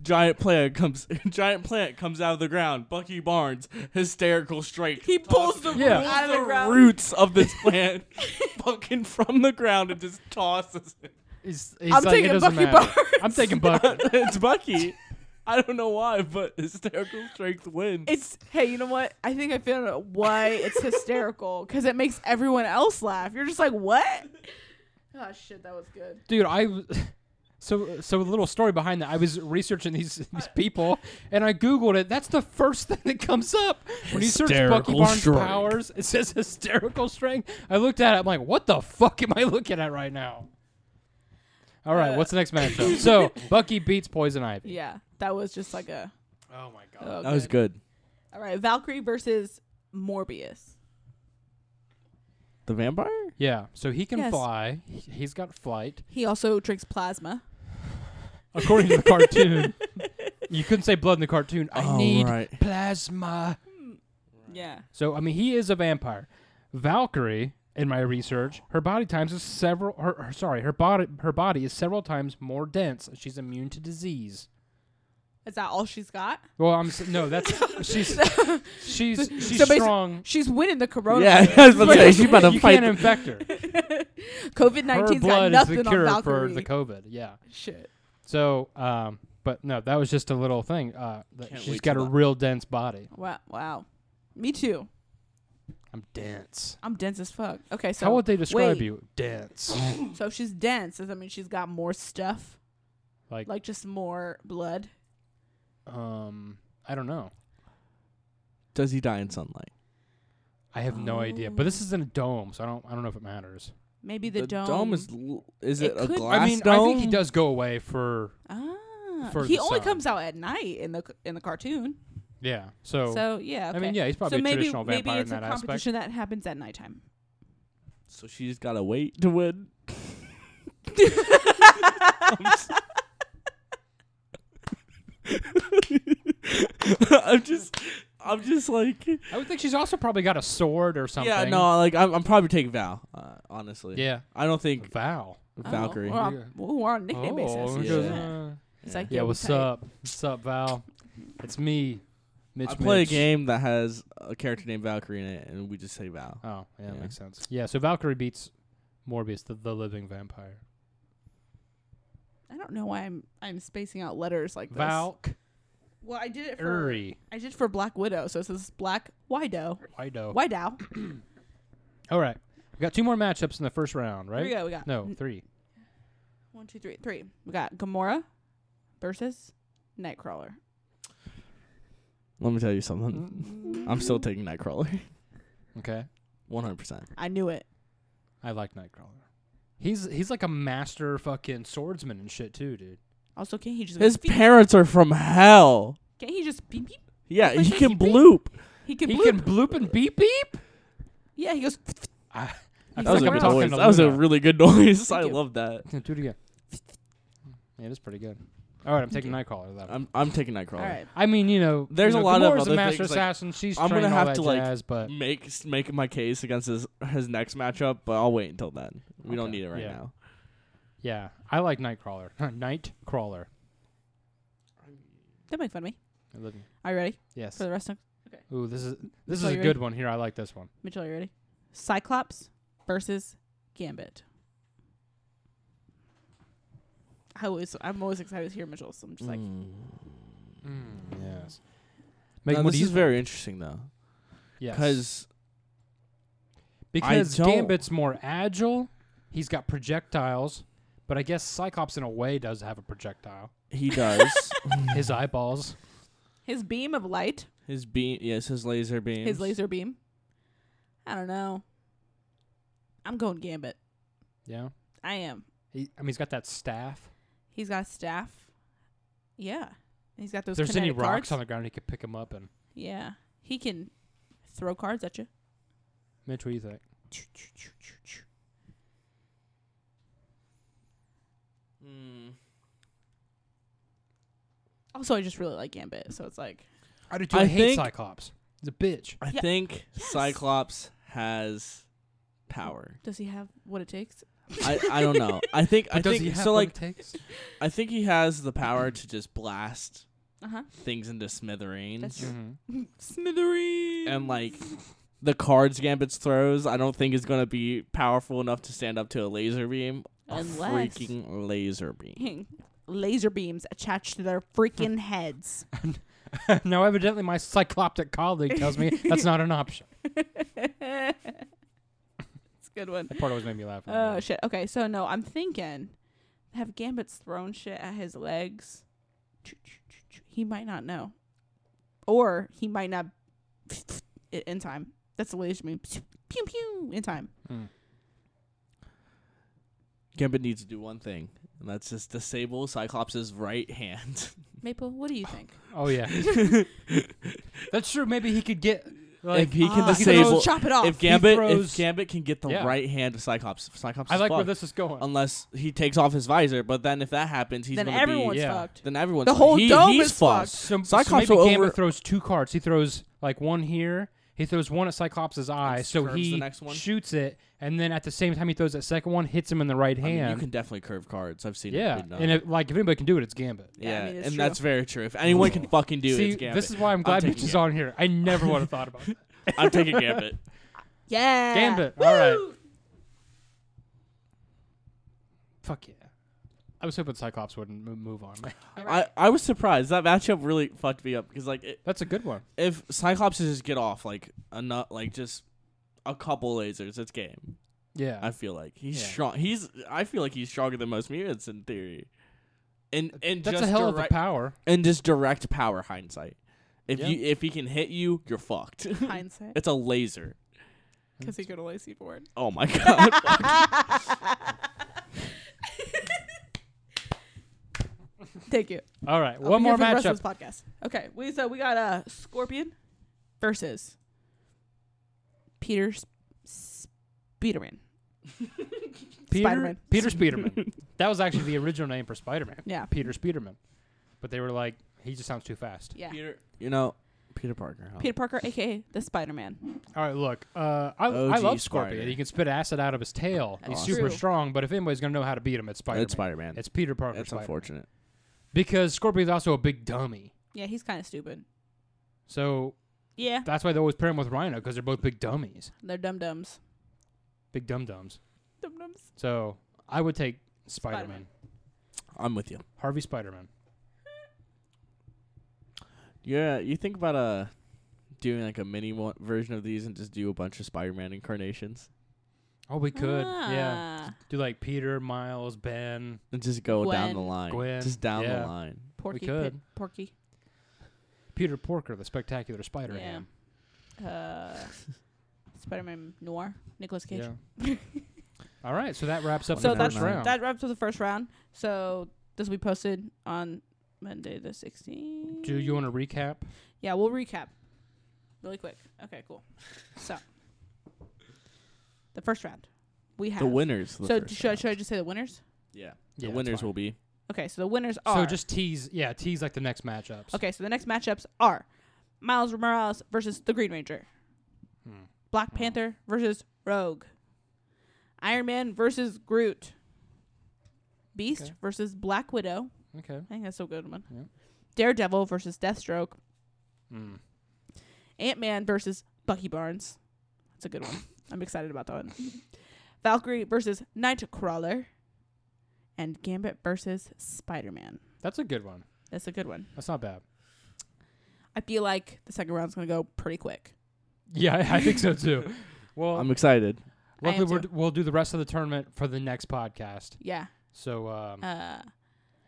Speaker 3: Giant plant comes giant plant comes out of the ground. Bucky Barnes, hysterical strength.
Speaker 1: He pulls the
Speaker 2: Yeah.
Speaker 1: root out of the ground.
Speaker 3: roots of this plant fucking from the ground and just tosses it.
Speaker 2: He's, he's
Speaker 1: I'm
Speaker 2: like, it
Speaker 1: taking
Speaker 2: doesn't
Speaker 1: Bucky
Speaker 2: matter.
Speaker 1: Barnes.
Speaker 2: I'm taking Bucky.
Speaker 3: it's Bucky. I don't know why, but hysterical strength wins.
Speaker 1: It's hey, you know what? I think I found out why it's hysterical because it makes everyone else laugh. You're just like, what? Oh shit, that was good.
Speaker 2: dude i w- so so a little story behind that i was researching these these people and i googled it that's the first thing that comes up when you search bucky
Speaker 3: Hysterical
Speaker 2: barnes
Speaker 3: strength.
Speaker 2: powers it says hysterical strength i looked at it i'm like what the fuck am i looking at right now all right what's the next matchup so bucky beats poison ivy
Speaker 1: Uh, Yeah, that was just like a.
Speaker 2: oh my god
Speaker 1: Oh,
Speaker 3: that was good.
Speaker 1: All right, Valkyrie versus Morbius.
Speaker 3: The vampire?
Speaker 2: yeah so he can
Speaker 1: Yes.
Speaker 2: fly He- he's got flight
Speaker 1: He also drinks plasma.
Speaker 2: according to the cartoon you couldn't say blood in the cartoon i
Speaker 3: Oh,
Speaker 2: need
Speaker 3: right.
Speaker 2: plasma
Speaker 1: Yeah.
Speaker 2: So I mean, he is a vampire. Valkyrie, in my research, her body times is several. Her, her sorry, her body her body is several times more dense. She's immune to disease.
Speaker 1: Is that all she's got?
Speaker 2: Well, I'm s- no, that's she's she's she's
Speaker 1: So basi-
Speaker 2: strong.
Speaker 1: She's winning the corona.
Speaker 3: Yeah, I was about to say, she about to
Speaker 2: you
Speaker 3: fight.
Speaker 2: can't infect her.
Speaker 1: COVID
Speaker 2: Her
Speaker 1: 19's got
Speaker 2: blood is
Speaker 1: nothing
Speaker 2: the
Speaker 1: on
Speaker 2: cure for
Speaker 1: Valkyrie.
Speaker 2: the COVID. Yeah.
Speaker 1: shit.
Speaker 2: So, um, but no, that was just a little thing. Uh, that
Speaker 3: Can't
Speaker 2: she's
Speaker 3: wait
Speaker 2: got a
Speaker 3: till that-
Speaker 2: real dense body.
Speaker 1: Wow. Wow. Me too.
Speaker 2: I'm dense.
Speaker 1: I'm dense as fuck. Okay, so
Speaker 2: How would they describe
Speaker 1: wait.
Speaker 2: you? Dense.
Speaker 1: So if she's dense, does that mean she's got more stuff?
Speaker 2: Like,
Speaker 1: Like just more blood?
Speaker 2: um, I don't know.
Speaker 3: Does he die in sunlight?
Speaker 2: I have no idea. But this is in a dome, so I don't I don't know if it matters.
Speaker 1: Maybe the, dome.
Speaker 3: is l- is
Speaker 1: It
Speaker 3: it, a
Speaker 1: could- I
Speaker 3: glass
Speaker 2: I mean,
Speaker 3: dome?
Speaker 2: I think he does go away for
Speaker 1: Ah.
Speaker 2: for
Speaker 1: he
Speaker 2: the
Speaker 1: only
Speaker 2: sun.
Speaker 1: comes out at night in the in the cartoon.
Speaker 2: yeah. So,
Speaker 1: So yeah. Okay.
Speaker 2: I mean, yeah, he's probably
Speaker 1: so
Speaker 2: a
Speaker 1: maybe
Speaker 2: traditional
Speaker 1: maybe
Speaker 2: vampire
Speaker 1: it's
Speaker 2: in
Speaker 1: a
Speaker 2: that aspect.
Speaker 1: competition that happens at nighttime.
Speaker 3: So she's got to wait to win. I'm just, I'm just like,
Speaker 2: I would think she's also probably got a sword or something.
Speaker 3: yeah, no, like I'm, I'm probably taking Val, uh, honestly.
Speaker 2: Yeah,
Speaker 3: I don't think
Speaker 2: Val.
Speaker 3: Valkyrie.
Speaker 1: Oh, we're on,
Speaker 2: Yeah.
Speaker 1: well, we're on nickname
Speaker 2: Oh,
Speaker 1: basis.
Speaker 2: yeah.
Speaker 3: goes,
Speaker 1: Shit.
Speaker 2: yeah.
Speaker 1: It's like,
Speaker 2: Yeah,
Speaker 1: yo,
Speaker 2: what's
Speaker 1: tight.
Speaker 2: up? What's up, Val? It's me, Mitch.
Speaker 3: I play
Speaker 2: Mitch.
Speaker 3: a game that has a character named Valkyrie in it, and we just say Val.
Speaker 2: Oh, yeah, that
Speaker 3: Yeah.
Speaker 2: makes sense. Yeah, so Valkyrie beats Morbius, the, the living vampire.
Speaker 1: I don't know why I'm I'm spacing out letters like this.
Speaker 2: Valkyrie.
Speaker 1: Well, I did it for I did it for Black Widow, so it says Black Widow.
Speaker 2: Wido.
Speaker 1: Widow.
Speaker 2: All right, we got two more matchups in the first round,
Speaker 1: Here
Speaker 2: right?
Speaker 1: we go. We got
Speaker 2: No, three.
Speaker 1: one, two, three, three. We got Gamora versus Nightcrawler.
Speaker 3: Let me tell you something.
Speaker 1: Mm.
Speaker 2: Mm.
Speaker 3: I'm still taking Nightcrawler,
Speaker 2: Okay.
Speaker 3: 100. percent
Speaker 1: I knew it.
Speaker 2: I like Nightcrawler. He's he's like a master fucking swordsman and shit too, dude.
Speaker 1: Also, can't he just
Speaker 3: His
Speaker 1: beep,
Speaker 3: parents are from hell.
Speaker 1: can't he just beep beep?
Speaker 3: Yeah,
Speaker 1: Like
Speaker 3: he
Speaker 1: a
Speaker 3: can
Speaker 1: hippie?
Speaker 3: bloop.
Speaker 1: He can.
Speaker 2: He
Speaker 1: bloop.
Speaker 2: can bloop and beep beep.
Speaker 1: Yeah, he goes.
Speaker 2: I, I
Speaker 1: That
Speaker 2: feel
Speaker 3: That was
Speaker 2: like
Speaker 3: a
Speaker 2: I'm
Speaker 3: good
Speaker 2: talking
Speaker 3: noise.
Speaker 2: to
Speaker 3: That was a
Speaker 2: Luna.
Speaker 3: really good noise. I
Speaker 1: Thank you.
Speaker 3: love that.
Speaker 2: Yeah, Do it again. Yeah, it is pretty good. All right, I'm taking Nightcrawler though.
Speaker 3: I'm I'm taking Nightcrawler.
Speaker 1: All right.
Speaker 2: I mean, you know,
Speaker 3: Um, There's
Speaker 2: you
Speaker 3: a
Speaker 2: know,
Speaker 3: lot of
Speaker 2: Gamora's a
Speaker 3: other
Speaker 2: master
Speaker 3: things, like,
Speaker 2: assassin. She's
Speaker 3: I'm gonna
Speaker 2: trained all
Speaker 3: have
Speaker 2: that
Speaker 3: to, like,
Speaker 2: jazz, but
Speaker 3: Make make my case against his his next matchup, but I'll wait until then. We don't
Speaker 2: Okay.
Speaker 3: need it right
Speaker 2: Yeah.
Speaker 3: now.
Speaker 2: yeah, I like Nightcrawler. Nightcrawler.
Speaker 1: Don't make fun of me.
Speaker 2: I love you.
Speaker 1: Are you ready
Speaker 2: Yes.
Speaker 1: for the rest of
Speaker 2: Ooh, this is this is
Speaker 1: So
Speaker 2: a
Speaker 1: you're-
Speaker 2: good one here. I like this one.
Speaker 1: Mitchell? Are you ready? Cyclops versus Gambit. I always, I'm always excited to hear Mitchell's. So I'm just like,
Speaker 2: Mm. yes.
Speaker 3: Mm. Now,
Speaker 2: Megan, what
Speaker 3: this
Speaker 2: do you
Speaker 3: is
Speaker 2: think?
Speaker 3: very interesting though,
Speaker 2: yes.
Speaker 3: because
Speaker 2: Because
Speaker 3: don't-
Speaker 2: Gambit's more agile, he's got projectiles, but I guess Cyclops in a way does have a projectile.
Speaker 3: he does
Speaker 2: His eyeballs.
Speaker 1: his beam of light,
Speaker 3: his beam. Yes, his laser beam.
Speaker 1: his laser beam. I don't know. I'm going Gambit.
Speaker 2: Yeah.
Speaker 1: I am.
Speaker 2: He, I mean, he's got that staff.
Speaker 1: He's got a staff. Yeah. He's got those.
Speaker 2: If there's any
Speaker 1: kinetic
Speaker 2: rocks
Speaker 1: cards.
Speaker 2: on the ground, he could pick them up. And
Speaker 1: Yeah. He can throw cards at you.
Speaker 2: Mitch, what do you think?
Speaker 3: Mm.
Speaker 1: Also, I just really like Gambit, so it's like
Speaker 2: I do
Speaker 3: too. I
Speaker 2: hate
Speaker 3: think-
Speaker 2: Cyclops. He's a bitch.
Speaker 3: I
Speaker 1: Yeah.
Speaker 3: think
Speaker 1: Yes.
Speaker 3: Cyclops has power.
Speaker 1: Does he have what it takes?
Speaker 3: I, I don't know. I think I
Speaker 2: But does
Speaker 3: think
Speaker 2: he have
Speaker 3: so.
Speaker 2: what
Speaker 3: Like
Speaker 2: it takes?
Speaker 3: I think he has the power to just blast
Speaker 1: Uh huh.
Speaker 3: things into smithereens.
Speaker 1: true.
Speaker 2: Mhm.
Speaker 1: Smithereens.
Speaker 3: And like the cards Gambit's throws, I don't think is gonna be powerful enough to stand up to a laser beam. a
Speaker 1: Unless-
Speaker 3: freaking laser beam.
Speaker 1: laser beams attached to their freaking heads.
Speaker 2: now, evidently, my cycloptic colleague tells me that's not an option.
Speaker 1: It's a good one.
Speaker 2: That part always made me laugh.
Speaker 1: Oh shit. Okay, so no, I'm thinking have Gambit's thrown shit at his legs. He might not know. Or he might not i- in time. That's the laser beam. Pew pew in time.
Speaker 2: Mm.
Speaker 3: Gambit needs to do one thing, and that's just disable Cyclops' right hand.
Speaker 1: Maple, what do you think?
Speaker 2: Oh yeah, that's true. Maybe he could get like
Speaker 3: if he can
Speaker 1: Ah,
Speaker 2: Oh, he throws-
Speaker 3: disable,
Speaker 1: chop it off.
Speaker 3: if Gambit, if
Speaker 2: throws-
Speaker 3: Gambit can get the
Speaker 2: Yeah.
Speaker 3: right hand of Cyclops, Cyclops.
Speaker 2: I
Speaker 3: is
Speaker 2: like where
Speaker 3: fucked.
Speaker 2: this is going.
Speaker 3: Unless he takes off his visor, but then if that happens, he's
Speaker 1: then
Speaker 3: gonna
Speaker 1: everyone's
Speaker 3: be
Speaker 2: yeah.
Speaker 1: fucked.
Speaker 3: then everyone's
Speaker 1: The
Speaker 3: fucked.
Speaker 1: whole
Speaker 3: He-
Speaker 1: dome
Speaker 3: he's
Speaker 1: is fucked.
Speaker 2: So, so
Speaker 3: Cyclops
Speaker 2: maybe
Speaker 3: will
Speaker 2: Gambit
Speaker 3: over-
Speaker 2: throws two cards. He throws like one here. He throws one at Cyclops' eye, so
Speaker 3: curves the
Speaker 2: he
Speaker 3: next one.
Speaker 2: shoots it, and then at the same time he throws that second one, hits him in the right
Speaker 3: I mean,
Speaker 2: hand.
Speaker 3: you can definitely curve cards. I've seen it.
Speaker 2: yeah,
Speaker 3: been done.
Speaker 2: and if, like if anybody can do it, it's Gambit.
Speaker 3: yeah,
Speaker 1: Yeah, I mean, it's
Speaker 3: and
Speaker 1: true.
Speaker 3: that's very true. If anyone can fucking do it,
Speaker 2: See,
Speaker 3: it's Gambit.
Speaker 2: this is why I'm glad
Speaker 3: taking
Speaker 2: Mitch is
Speaker 3: Gambit.
Speaker 2: on here. I never would have thought about that.
Speaker 3: I'm taking Gambit.
Speaker 1: Yeah.
Speaker 2: Gambit. All right. Fuck yeah. I was hoping Cyclops wouldn't mo- move on.
Speaker 3: I, I was surprised that matchup really fucked me up because like it,
Speaker 2: That's a good one.
Speaker 3: if Cyclops just get off like a nut, like just a couple lasers, it's game.
Speaker 2: Yeah.
Speaker 3: I feel like he's
Speaker 2: Yeah.
Speaker 3: strong. He's I feel like he's stronger than most mutants in theory. And and
Speaker 2: That's
Speaker 3: just
Speaker 2: a hell of
Speaker 3: direct,
Speaker 2: a power.
Speaker 3: and just direct power hindsight. If
Speaker 2: Yeah.
Speaker 3: you if he can hit you, you're fucked.
Speaker 1: Hindsight.
Speaker 3: it's a laser.
Speaker 1: Because he could only see forward.
Speaker 3: Oh my god.
Speaker 1: Thank you.
Speaker 2: All right.
Speaker 1: I'll
Speaker 2: one
Speaker 1: be here for
Speaker 2: more
Speaker 1: the rest
Speaker 2: matchup.
Speaker 1: of this podcast. Okay, we so we got uh, Scorpion versus Peter S- Spiderman.
Speaker 2: Peter,
Speaker 1: Spiderman.
Speaker 2: Peter Spiderman. that was actually the original name for Spider-Man.
Speaker 1: Yeah.
Speaker 2: Peter Spiderman. But they were like, he just sounds too fast.
Speaker 1: Yeah.
Speaker 3: Peter, you know, Peter Parker. Huh?
Speaker 1: Peter Parker, aka the Spider Man.
Speaker 2: All right, look. Uh, I, I
Speaker 3: OG
Speaker 2: love Scorpion.
Speaker 3: Spider.
Speaker 2: He can spit acid out of his tail. He's
Speaker 3: That's
Speaker 2: super
Speaker 1: true.
Speaker 2: strong, but if anybody's going to know how to beat him, it's Spider-Man.
Speaker 3: It's Spider Man.
Speaker 2: It's Peter Parker.
Speaker 3: That's
Speaker 2: Spider-Man.
Speaker 3: unfortunate.
Speaker 2: Because Scorpion's also a big dummy.
Speaker 1: Yeah, he's kind of stupid.
Speaker 2: So
Speaker 1: Yeah.
Speaker 2: that's why they always pair him with Rhino because they're both big dummies,
Speaker 1: They're dum dums.
Speaker 2: big dum dums.
Speaker 1: Dum dums.
Speaker 2: So I would take Spider Man,
Speaker 3: I'm with you.
Speaker 2: Harvey Spider Man.
Speaker 3: Yeah, you think about uh doing like a mini one version of these and just do a bunch of Spider Man incarnations
Speaker 2: Oh, we could,
Speaker 1: Ah.
Speaker 2: yeah. Do like Peter, Miles, Ben.
Speaker 3: and just go down the
Speaker 1: Gwen.
Speaker 3: line,
Speaker 2: Gwen,
Speaker 3: just down
Speaker 2: yeah.
Speaker 3: the line.
Speaker 1: Porky. Pig-
Speaker 2: could.
Speaker 1: Porky.
Speaker 2: Peter Porker, the spectacular Spider
Speaker 1: Yeah.
Speaker 2: Ham.
Speaker 1: Uh, Spider Man Noir. Nicholas Cage.
Speaker 2: Yeah. All right, so that wraps up
Speaker 1: So
Speaker 2: the first
Speaker 3: that's-
Speaker 2: round.
Speaker 1: That wraps up the first round. So this will be posted on Monday the 16th.
Speaker 2: Do you want to recap?
Speaker 1: Yeah, we'll recap really quick. Okay, cool. So the first round we have
Speaker 3: The winners. of The
Speaker 1: So
Speaker 3: first
Speaker 1: should, I-
Speaker 3: round.
Speaker 1: should I just say the winners?
Speaker 3: yeah,
Speaker 2: Yeah,
Speaker 3: the
Speaker 2: that's
Speaker 3: winners
Speaker 2: fine.
Speaker 3: will be
Speaker 1: Okay, so the winners are.
Speaker 2: So just tease, yeah, tease like the next matchups.
Speaker 1: okay. So the next matchups are Miles Morales versus the Green Ranger,
Speaker 2: Hmm.
Speaker 1: Black Panther versus Rogue, Iron Man versus Groot, Beast
Speaker 2: Okay.
Speaker 1: versus Black Widow.
Speaker 2: Okay.
Speaker 1: I think that's a good one.
Speaker 2: Yeah.
Speaker 1: Daredevil versus Deathstroke,
Speaker 3: Hmm.
Speaker 2: Mm.
Speaker 1: Ant Man versus Bucky Barnes. That's a good one. I'm excited about that one. Valkyrie versus Nightcrawler. And Gambit versus Spider Man.
Speaker 2: That's a good one.
Speaker 1: That's a good one.
Speaker 2: That's not bad.
Speaker 1: I feel like the second round's going to go pretty quick.
Speaker 2: Yeah, I- I think so too. Well,
Speaker 3: I'm
Speaker 1: I
Speaker 3: excited.
Speaker 1: am
Speaker 2: luckily we're,
Speaker 1: too.
Speaker 2: d- we'll do the rest of the tournament for the next podcast.
Speaker 1: Yeah.
Speaker 2: So um,
Speaker 1: Uh,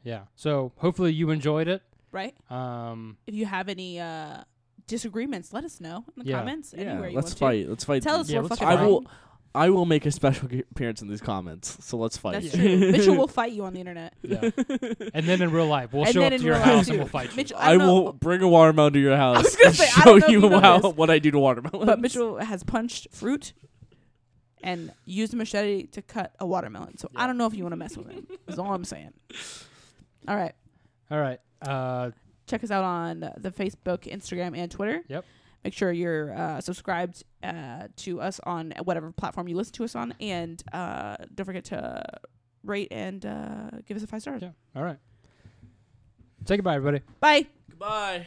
Speaker 2: yeah. So hopefully you enjoyed it.
Speaker 1: right?
Speaker 2: Um,
Speaker 1: If you have any uh, disagreements, let us know in the
Speaker 2: Yeah.
Speaker 1: comments.
Speaker 3: Yeah,
Speaker 1: anywhere you want
Speaker 3: let's fight. Let's
Speaker 1: To.
Speaker 3: fight.
Speaker 1: Tell
Speaker 3: these.
Speaker 1: us
Speaker 2: Yeah,
Speaker 1: we're
Speaker 2: let's
Speaker 1: fucking
Speaker 3: fight. I will-
Speaker 1: wrong.
Speaker 3: I will make a special g- appearance in these comments. So let's fight.
Speaker 1: That's true. Mitchell will fight you on the internet.
Speaker 2: yeah. and then in real life, we'll
Speaker 1: And
Speaker 2: show
Speaker 1: then
Speaker 2: up
Speaker 1: in
Speaker 2: to your
Speaker 1: real life,
Speaker 2: house and
Speaker 1: too.
Speaker 2: we'll fight you.
Speaker 1: Mitchell, I,
Speaker 3: I,
Speaker 1: don't know-
Speaker 3: will bring a watermelon to your house
Speaker 1: was gonna
Speaker 3: and
Speaker 1: say, I
Speaker 3: show
Speaker 1: don't know if
Speaker 3: you
Speaker 1: you know
Speaker 3: how,
Speaker 1: this.
Speaker 3: what I do to watermelon.
Speaker 1: but Mitchell has punched fruit and used a machete to cut a watermelon. So I
Speaker 2: Yeah.
Speaker 1: don't know if you want to mess with him. Is all I'm saying. All right,
Speaker 2: All right. Uh,
Speaker 1: check us out on the Facebook, Instagram, and Twitter.
Speaker 2: Yep.
Speaker 1: Make sure you're uh, subscribed uh, to us on whatever platform you listen to us on, and uh, don't forget to rate and uh, give us a five stars.
Speaker 2: Yeah. All right. Say goodbye, everybody.
Speaker 1: Bye.
Speaker 3: Goodbye.